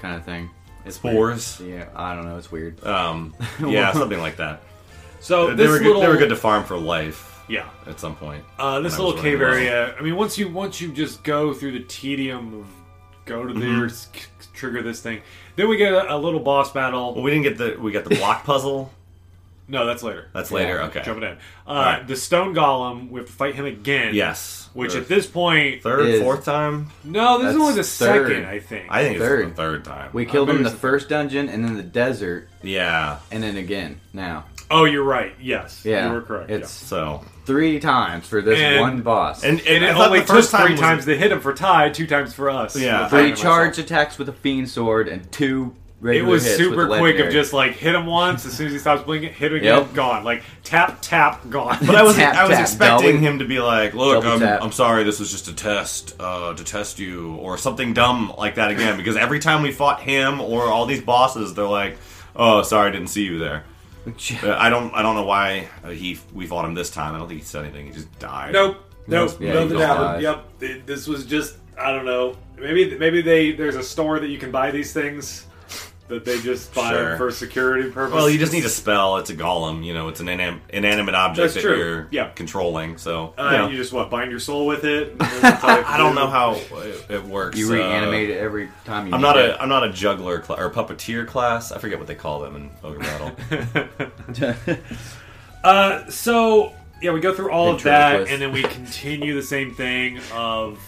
[SPEAKER 3] kind of thing. It's
[SPEAKER 2] spores.
[SPEAKER 3] weird. Yeah, I don't know. It's weird.
[SPEAKER 2] Um, yeah, something like that.
[SPEAKER 1] So
[SPEAKER 2] they
[SPEAKER 1] this
[SPEAKER 2] were good,
[SPEAKER 1] little
[SPEAKER 2] they were good to farm for life.
[SPEAKER 1] yeah.
[SPEAKER 2] At some point,
[SPEAKER 1] Uh, this
[SPEAKER 2] when I was
[SPEAKER 1] little cave
[SPEAKER 2] running around.
[SPEAKER 1] area. I mean, once you once you just go through the tedium of go to
[SPEAKER 2] Mm-hmm.
[SPEAKER 1] there, s- c- trigger this thing. Then we get a, a little boss battle.
[SPEAKER 2] Well, we didn't get the we got the block puzzle.
[SPEAKER 1] No, that's later.
[SPEAKER 2] That's later.
[SPEAKER 3] Yeah,
[SPEAKER 2] Okay.
[SPEAKER 1] Jumping in. Uh,
[SPEAKER 2] right.
[SPEAKER 1] The stone golem. We have to fight him again.
[SPEAKER 2] Yes.
[SPEAKER 1] Which
[SPEAKER 2] The
[SPEAKER 1] at this point,
[SPEAKER 2] third,
[SPEAKER 3] is-
[SPEAKER 2] fourth time.
[SPEAKER 1] no, this is
[SPEAKER 3] That's
[SPEAKER 1] only the
[SPEAKER 3] third.
[SPEAKER 1] second. I think.
[SPEAKER 2] I think it's
[SPEAKER 3] Third.
[SPEAKER 2] the third time.
[SPEAKER 3] We killed him in the
[SPEAKER 1] there's-
[SPEAKER 3] first dungeon, and then the desert,
[SPEAKER 2] yeah.
[SPEAKER 3] and then again. Now,
[SPEAKER 1] oh, you're right. Yes.
[SPEAKER 3] yeah,
[SPEAKER 1] You were correct.
[SPEAKER 3] It's
[SPEAKER 2] So
[SPEAKER 3] three times for this
[SPEAKER 1] And-
[SPEAKER 3] one boss.
[SPEAKER 2] and
[SPEAKER 1] yeah.
[SPEAKER 2] and,
[SPEAKER 1] And it
[SPEAKER 2] I thought
[SPEAKER 1] only
[SPEAKER 2] the first
[SPEAKER 1] took
[SPEAKER 2] time
[SPEAKER 1] three
[SPEAKER 2] was-
[SPEAKER 1] times to hit him for Ty, two times for us.
[SPEAKER 2] Yeah.
[SPEAKER 1] I
[SPEAKER 3] three
[SPEAKER 1] found
[SPEAKER 3] charge
[SPEAKER 1] myself.
[SPEAKER 3] attacks with a fiend sword and two
[SPEAKER 1] It
[SPEAKER 3] regular
[SPEAKER 1] was
[SPEAKER 3] hits
[SPEAKER 1] super
[SPEAKER 3] with
[SPEAKER 1] quick
[SPEAKER 3] the
[SPEAKER 1] of
[SPEAKER 3] legendary.
[SPEAKER 1] just like hit him once. As soon as he stops blinking, hit him
[SPEAKER 3] Yep.
[SPEAKER 1] again, gone. Like tap tap gone.
[SPEAKER 2] But I was
[SPEAKER 3] Tap,
[SPEAKER 2] I was
[SPEAKER 3] tap,
[SPEAKER 2] expecting
[SPEAKER 3] dolly.
[SPEAKER 2] him to be like, look,
[SPEAKER 3] Double
[SPEAKER 2] I'm,
[SPEAKER 3] tap.
[SPEAKER 2] I'm sorry, this was just a test uh, to test you or something dumb like that again. Because every time we fought him or all these bosses, they're like, oh, sorry, I didn't see you there. Uh, I don't I don't know why uh, he we fought him this time. I don't think he said anything. He just died.
[SPEAKER 1] Nope. Nope.
[SPEAKER 3] Yeah,
[SPEAKER 1] Nothing
[SPEAKER 3] you just
[SPEAKER 1] happened.
[SPEAKER 3] died.
[SPEAKER 1] Yep. Th- This was just I don't know. Maybe maybe they there's a store that you can buy these things that they just buy
[SPEAKER 2] Sure.
[SPEAKER 1] for security purposes.
[SPEAKER 2] Well, you just need a spell. It's a golem. You know, it's an inam- inanimate object
[SPEAKER 1] That's
[SPEAKER 2] that
[SPEAKER 1] true.
[SPEAKER 2] you're
[SPEAKER 1] Yeah.
[SPEAKER 2] controlling. So
[SPEAKER 1] Uh,
[SPEAKER 2] you know.
[SPEAKER 1] You just what bind your soul with it. and then that's all you
[SPEAKER 2] I don't
[SPEAKER 1] do.
[SPEAKER 2] know how it, it works.
[SPEAKER 3] you
[SPEAKER 2] uh,
[SPEAKER 3] reanimate it every time you.
[SPEAKER 2] I'm not
[SPEAKER 3] need
[SPEAKER 2] a I'm not a juggler cla- or puppeteer class. I forget what they call them in Ogre Battle.
[SPEAKER 1] Uh, so yeah, we go through all of
[SPEAKER 3] Ventriloquist.
[SPEAKER 1] that, and then we continue the same thing of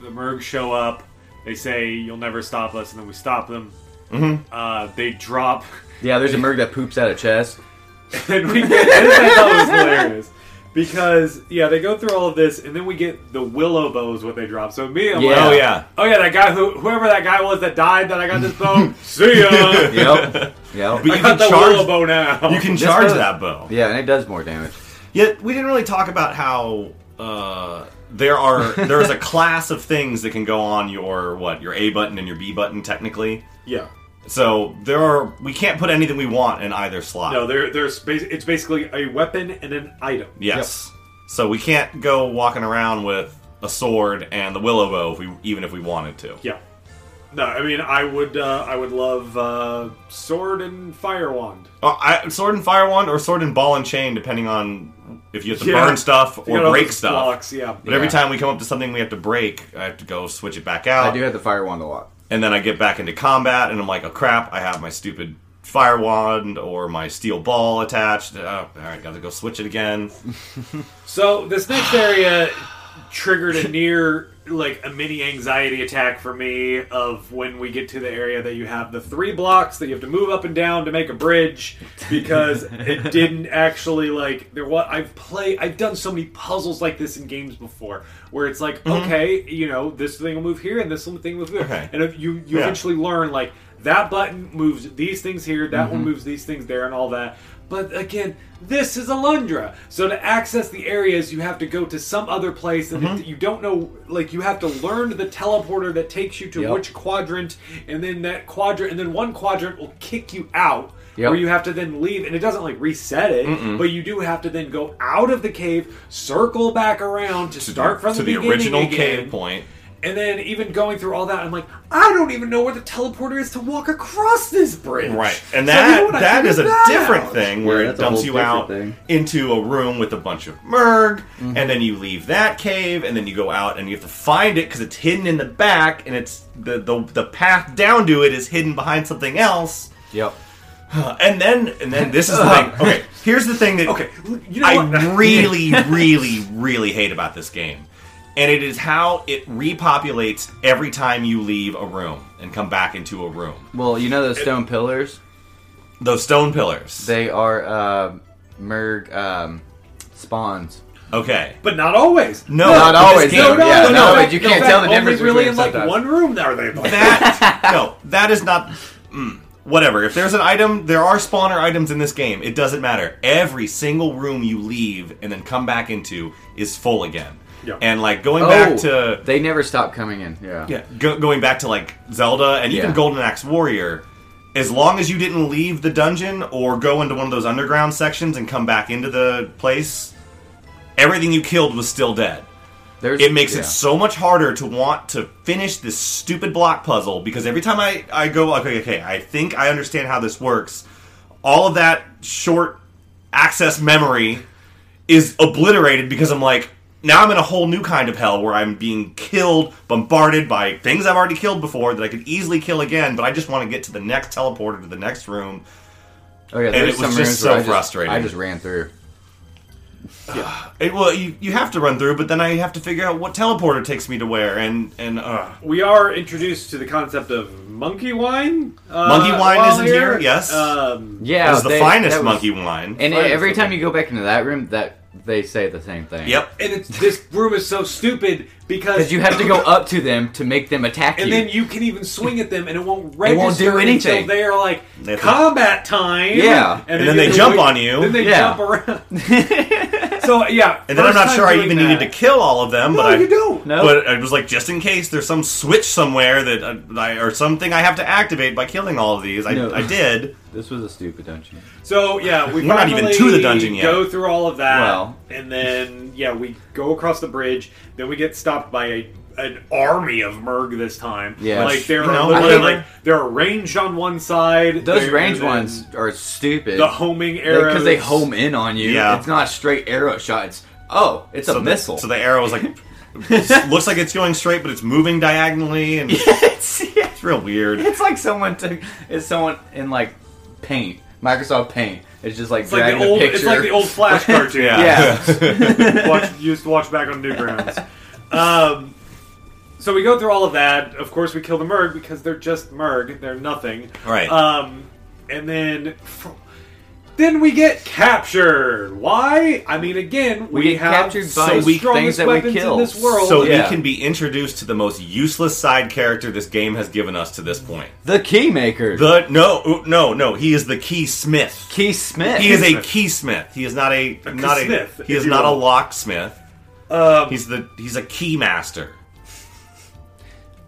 [SPEAKER 1] the Merg show up. They say you'll never stop us, and then we stop them.
[SPEAKER 3] Mm-hmm.
[SPEAKER 1] Uh, they drop.
[SPEAKER 3] Yeah, there's a merc that poops out of chest.
[SPEAKER 1] and we get this I thought was hilarious because yeah they go through all of this and then we get the willow bow is what they drop so me I'm
[SPEAKER 3] Yeah.
[SPEAKER 1] like
[SPEAKER 2] Oh yeah,
[SPEAKER 1] oh yeah that guy who whoever that guy was that died that I got this bow see ya
[SPEAKER 3] Yep. yep.
[SPEAKER 2] But
[SPEAKER 1] I
[SPEAKER 2] you
[SPEAKER 1] got
[SPEAKER 2] can
[SPEAKER 1] the
[SPEAKER 2] charge-
[SPEAKER 1] willow bow now
[SPEAKER 2] you can
[SPEAKER 3] This
[SPEAKER 2] charge
[SPEAKER 3] does-
[SPEAKER 2] that bow.
[SPEAKER 3] yeah, and it does more damage.
[SPEAKER 2] Yet we didn't really talk about how uh, there are there is a class of things that can go on your what your A button and your B button technically.
[SPEAKER 1] yeah
[SPEAKER 2] So there are we can't put anything we want in either slot.
[SPEAKER 1] no there there's basi- it's basically a weapon and an item
[SPEAKER 2] Yes. So we can't go walking around with a sword and the willow bow if we even if we wanted to.
[SPEAKER 1] yeah no I mean I would uh, I would love uh, sword and fire wand
[SPEAKER 2] Uh, I, sword and fire wand or sword and ball and chain depending on if you have to
[SPEAKER 1] Yeah.
[SPEAKER 2] burn stuff
[SPEAKER 1] You got
[SPEAKER 2] or
[SPEAKER 1] all
[SPEAKER 2] break
[SPEAKER 1] those
[SPEAKER 2] stuff.
[SPEAKER 1] blocks, yeah
[SPEAKER 2] But every
[SPEAKER 3] Yeah.
[SPEAKER 2] time we come up to something we have to break, I have to go switch it back out.
[SPEAKER 3] I do have the fire wand a lot.
[SPEAKER 2] and then I get back into combat, and I'm like, oh crap, I have my stupid fire wand or my steel ball attached. Uh, all right, gotta go switch it again.
[SPEAKER 1] So this next area triggered a near like a mini anxiety attack for me of when we get to the area that you have the three blocks that you have to move up and down to make a bridge because it didn't actually like there was I've played I've done so many puzzles like this in games before where it's like okay you know this thing will move here and this thing will move here
[SPEAKER 2] Mm-hmm. Okay.
[SPEAKER 1] and if you you
[SPEAKER 2] Yeah.
[SPEAKER 1] eventually learn like that button moves these things here that one moves these things there and all that but again this is alundra so to access the areas you have to go to some other place and it- you don't know like you have to learn the teleporter that takes you to
[SPEAKER 3] Yep.
[SPEAKER 1] which quadrant and then that quadrant and then one quadrant will kick you out
[SPEAKER 3] Yep.
[SPEAKER 1] where you have to then leave and it doesn't like reset it but you do have to then go out of the cave circle back around to, start from
[SPEAKER 2] to
[SPEAKER 1] the,
[SPEAKER 2] the,
[SPEAKER 1] beginning
[SPEAKER 2] original
[SPEAKER 1] again.
[SPEAKER 2] cave point.
[SPEAKER 1] And then even going through all that, I'm like, I don't even know where the teleporter is to walk across this bridge.
[SPEAKER 2] Right, and
[SPEAKER 1] So
[SPEAKER 2] that
[SPEAKER 1] you know what, I
[SPEAKER 2] that
[SPEAKER 1] figured
[SPEAKER 2] is a
[SPEAKER 1] that
[SPEAKER 2] different
[SPEAKER 1] out.
[SPEAKER 2] thing where
[SPEAKER 3] Yeah,
[SPEAKER 2] it
[SPEAKER 3] that's a
[SPEAKER 2] dumps
[SPEAKER 3] whole
[SPEAKER 2] you
[SPEAKER 3] different
[SPEAKER 2] out
[SPEAKER 3] thing.
[SPEAKER 2] into a room with a bunch of merg,
[SPEAKER 1] Mm-hmm.
[SPEAKER 2] and then you leave that cave, and then you go out and you have to find it because it's hidden in the back, and it's the, the the path down to it is hidden behind something else,
[SPEAKER 3] Yep.
[SPEAKER 2] and then and then this is the thing. Okay, here's the thing that
[SPEAKER 1] Uh, Okay, you know
[SPEAKER 2] I
[SPEAKER 1] what?
[SPEAKER 2] really, really, really hate about this game. And it is how it repopulates every time you leave a room and come back into a room.
[SPEAKER 3] Well, you know those stone pillars?
[SPEAKER 2] Those stone pillars.
[SPEAKER 3] They are uh, merg um, spawns.
[SPEAKER 2] okay.
[SPEAKER 1] But not always.
[SPEAKER 2] No, but
[SPEAKER 3] Not
[SPEAKER 2] this
[SPEAKER 3] always,
[SPEAKER 2] game-
[SPEAKER 3] though. Yeah,
[SPEAKER 1] in
[SPEAKER 3] no,
[SPEAKER 1] fact-
[SPEAKER 3] but you
[SPEAKER 1] in
[SPEAKER 3] can't
[SPEAKER 1] fact,
[SPEAKER 3] tell the difference
[SPEAKER 1] Only really
[SPEAKER 3] between
[SPEAKER 1] in like
[SPEAKER 3] sometimes.
[SPEAKER 1] one room are they like.
[SPEAKER 2] that no, that is not. Mm, whatever. If there's an item, there are spawner items in this game. It doesn't matter. Every single room you leave and then come back into is full again.
[SPEAKER 1] Yeah.
[SPEAKER 2] And like going back
[SPEAKER 3] Oh,
[SPEAKER 2] to
[SPEAKER 3] they never stop coming in. Yeah.
[SPEAKER 2] yeah, go, going back to like Zelda and even
[SPEAKER 3] Yeah.
[SPEAKER 2] Golden Axe Warrior. As long as you didn't leave the dungeon or go into one of those underground sections and come back into the place, everything you killed was still dead.
[SPEAKER 3] There's,
[SPEAKER 2] It makes
[SPEAKER 3] yeah.
[SPEAKER 2] it so much harder to want to finish this stupid block puzzle because every time I, I go, okay, okay, I think I understand how this works, all of that short access memory is obliterated because I'm like, now I'm in a whole new kind of hell where I'm being killed, bombarded by things I've already killed before that I could easily kill again, but I just want to get to the next teleporter to the next room.
[SPEAKER 3] Oh, yeah,
[SPEAKER 2] it was
[SPEAKER 3] there's some
[SPEAKER 2] just
[SPEAKER 3] rooms
[SPEAKER 2] so
[SPEAKER 3] where I
[SPEAKER 2] frustrating.
[SPEAKER 3] I just ran through.
[SPEAKER 2] It, well, you, you have to run through, but then I have to figure out what teleporter takes me to where, and and uh,
[SPEAKER 1] we are introduced to the concept of monkey wine. Uh,
[SPEAKER 2] Monkey wine
[SPEAKER 1] while
[SPEAKER 2] isn't here, yes.
[SPEAKER 1] Um,
[SPEAKER 3] Yeah,
[SPEAKER 2] that was the
[SPEAKER 3] they-
[SPEAKER 2] finest
[SPEAKER 3] that was-
[SPEAKER 2] monkey wine.
[SPEAKER 3] And
[SPEAKER 1] finest
[SPEAKER 3] every
[SPEAKER 1] monkey.
[SPEAKER 3] time you go back into that room, that they say the same thing.
[SPEAKER 2] Yep.
[SPEAKER 1] and it's, this room is so stupid because
[SPEAKER 3] Because you have to go up to them to make them attack
[SPEAKER 1] and
[SPEAKER 3] you.
[SPEAKER 1] then you can even swing at them, and it won't register
[SPEAKER 3] It won't do anything.
[SPEAKER 1] Until they are like
[SPEAKER 2] They have to-
[SPEAKER 1] combat time.
[SPEAKER 3] Yeah.
[SPEAKER 2] And then they
[SPEAKER 1] have to
[SPEAKER 2] jump on you.
[SPEAKER 1] Then they
[SPEAKER 3] Yeah.
[SPEAKER 1] jump around. so yeah,
[SPEAKER 2] And then I'm
[SPEAKER 1] first
[SPEAKER 2] not
[SPEAKER 1] time
[SPEAKER 2] sure I
[SPEAKER 1] doing
[SPEAKER 2] even
[SPEAKER 1] that.
[SPEAKER 2] needed to kill all of them,
[SPEAKER 1] No,
[SPEAKER 2] but I
[SPEAKER 1] you don't.
[SPEAKER 3] No.
[SPEAKER 2] But I was like, just in case there's some switch somewhere that uh, I, or something I have to activate by killing all of these. I,
[SPEAKER 3] No.
[SPEAKER 2] I did.
[SPEAKER 3] this was a stupid dungeon.
[SPEAKER 1] So yeah, we
[SPEAKER 2] We're not even to the dungeon yet.
[SPEAKER 1] Go through all of that,
[SPEAKER 3] Well.
[SPEAKER 1] and then yeah, we go across the bridge. Then we get stopped by a, an army of Merg this time.
[SPEAKER 3] Yeah.
[SPEAKER 1] like there
[SPEAKER 2] You
[SPEAKER 1] are
[SPEAKER 2] know,
[SPEAKER 1] literally,
[SPEAKER 2] whatever.
[SPEAKER 1] like there are ranged on one side.
[SPEAKER 3] Those
[SPEAKER 1] there-
[SPEAKER 3] range
[SPEAKER 1] and
[SPEAKER 3] ones are stupid.
[SPEAKER 1] the homing arrows
[SPEAKER 3] Because they home in on you.
[SPEAKER 2] Yeah.
[SPEAKER 3] It's not a straight arrow shot. It's, oh, it's a
[SPEAKER 2] So
[SPEAKER 3] missile.
[SPEAKER 2] The, so the arrow is like, looks like it's going straight, but it's moving diagonally, and it's
[SPEAKER 3] it's, yeah,
[SPEAKER 2] real weird.
[SPEAKER 3] it's like someone took. It's someone in like paint, Microsoft Paint. It's just like
[SPEAKER 1] It's like
[SPEAKER 3] dragging
[SPEAKER 1] the old,
[SPEAKER 3] a picture.
[SPEAKER 1] it's like the old Flash cartoon.
[SPEAKER 3] Yeah.
[SPEAKER 1] watch, used to watch back on Newgrounds. Um, so we go through all of that. Of course, we kill the Merg because they're just Merg. They're nothing.
[SPEAKER 2] Right.
[SPEAKER 1] Um, and then. Then we get captured. Why? I mean, again, we,
[SPEAKER 3] We get
[SPEAKER 1] have
[SPEAKER 3] captured by
[SPEAKER 1] so
[SPEAKER 3] weak
[SPEAKER 1] strongest
[SPEAKER 3] things that we
[SPEAKER 1] weapons
[SPEAKER 3] kill.
[SPEAKER 1] in this world.
[SPEAKER 2] So
[SPEAKER 3] Yeah.
[SPEAKER 2] we can be introduced to the most useless side character this game has given us to this point.
[SPEAKER 3] the Keymaker.
[SPEAKER 2] The no, ooh, no, no. He is the key smith.
[SPEAKER 3] Key Smith.
[SPEAKER 2] He is a keysmith. He is not a, not
[SPEAKER 1] keysmith,
[SPEAKER 2] a he
[SPEAKER 1] if
[SPEAKER 2] is
[SPEAKER 1] you
[SPEAKER 2] not
[SPEAKER 1] will.
[SPEAKER 2] a locksmith.
[SPEAKER 1] Um,
[SPEAKER 2] He's the he's a keymaster.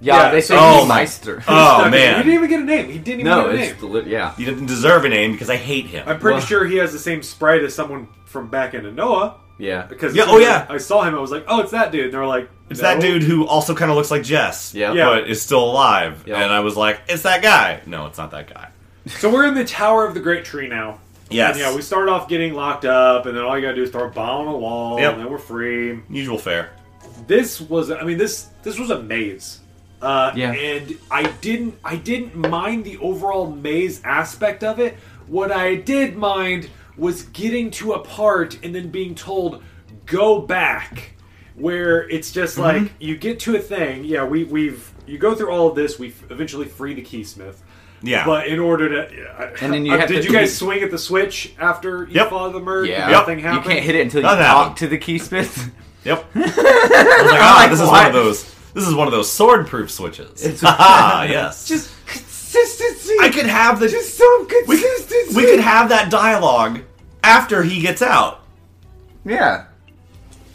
[SPEAKER 3] yeah,
[SPEAKER 1] yeah.
[SPEAKER 3] they say
[SPEAKER 2] Oh
[SPEAKER 3] Key
[SPEAKER 2] my-
[SPEAKER 3] Meister.
[SPEAKER 2] Oh
[SPEAKER 1] he didn't
[SPEAKER 2] man,
[SPEAKER 1] even get a name. He didn't even
[SPEAKER 3] no,
[SPEAKER 1] get a
[SPEAKER 3] it's
[SPEAKER 1] name.
[SPEAKER 3] deli- yeah.
[SPEAKER 2] he didn't deserve a name because I hate
[SPEAKER 1] I'm
[SPEAKER 2] him.
[SPEAKER 1] pretty
[SPEAKER 3] Well-
[SPEAKER 1] sure he has the same sprite as someone from back in Noah.
[SPEAKER 3] Yeah.
[SPEAKER 1] Because
[SPEAKER 2] Yeah,
[SPEAKER 1] as
[SPEAKER 2] oh,
[SPEAKER 1] soon as
[SPEAKER 2] yeah.
[SPEAKER 1] I saw him. I was like, oh, it's that dude. And they were like,
[SPEAKER 2] It's that dude who also kind of looks like Jess,
[SPEAKER 3] Yeah.
[SPEAKER 1] Yeah.
[SPEAKER 2] but is still alive.
[SPEAKER 3] Yeah.
[SPEAKER 2] And I was like, it's that guy. No, it's not that guy.
[SPEAKER 1] So we're in the Tower of the Great Tree now.
[SPEAKER 2] Yes.
[SPEAKER 1] And yeah, we start off getting locked up, and then all you gotta do is throw a bomb on a wall,
[SPEAKER 2] Yep.
[SPEAKER 1] and then we're free.
[SPEAKER 2] Usual fare.
[SPEAKER 1] This was, I mean, this this was a maze. Uh,
[SPEAKER 3] Yeah.
[SPEAKER 1] And I didn't I didn't mind the overall maze aspect of it. What I did mind was getting to a part and then being told go back, where it's just
[SPEAKER 3] Mm-hmm.
[SPEAKER 1] like you get to a thing. Yeah, we we've you go through all of this. We eventually free the keysmith.
[SPEAKER 2] Yeah.
[SPEAKER 1] But in order to, yeah, I-
[SPEAKER 3] And then you
[SPEAKER 1] uh,
[SPEAKER 3] have
[SPEAKER 1] did
[SPEAKER 3] to
[SPEAKER 1] you guys
[SPEAKER 3] beat-
[SPEAKER 1] swing at the switch after you
[SPEAKER 2] Yep.
[SPEAKER 1] follow the merge?
[SPEAKER 3] Yeah.
[SPEAKER 1] and nothing
[SPEAKER 3] You
[SPEAKER 1] happened.
[SPEAKER 3] can't hit it until you
[SPEAKER 2] Nothing
[SPEAKER 3] talk
[SPEAKER 2] happened.
[SPEAKER 3] to the keysmith.
[SPEAKER 2] Yep. I was like, ah,
[SPEAKER 3] like,
[SPEAKER 2] this is
[SPEAKER 3] why?
[SPEAKER 2] one of those. This is one of those sword-proof switches.
[SPEAKER 3] It's-
[SPEAKER 2] ah, yes.
[SPEAKER 1] Just consistency.
[SPEAKER 2] I could have the.
[SPEAKER 1] just some
[SPEAKER 2] we, could,
[SPEAKER 1] consistency.
[SPEAKER 2] we could have that dialogue after he gets out.
[SPEAKER 3] yeah.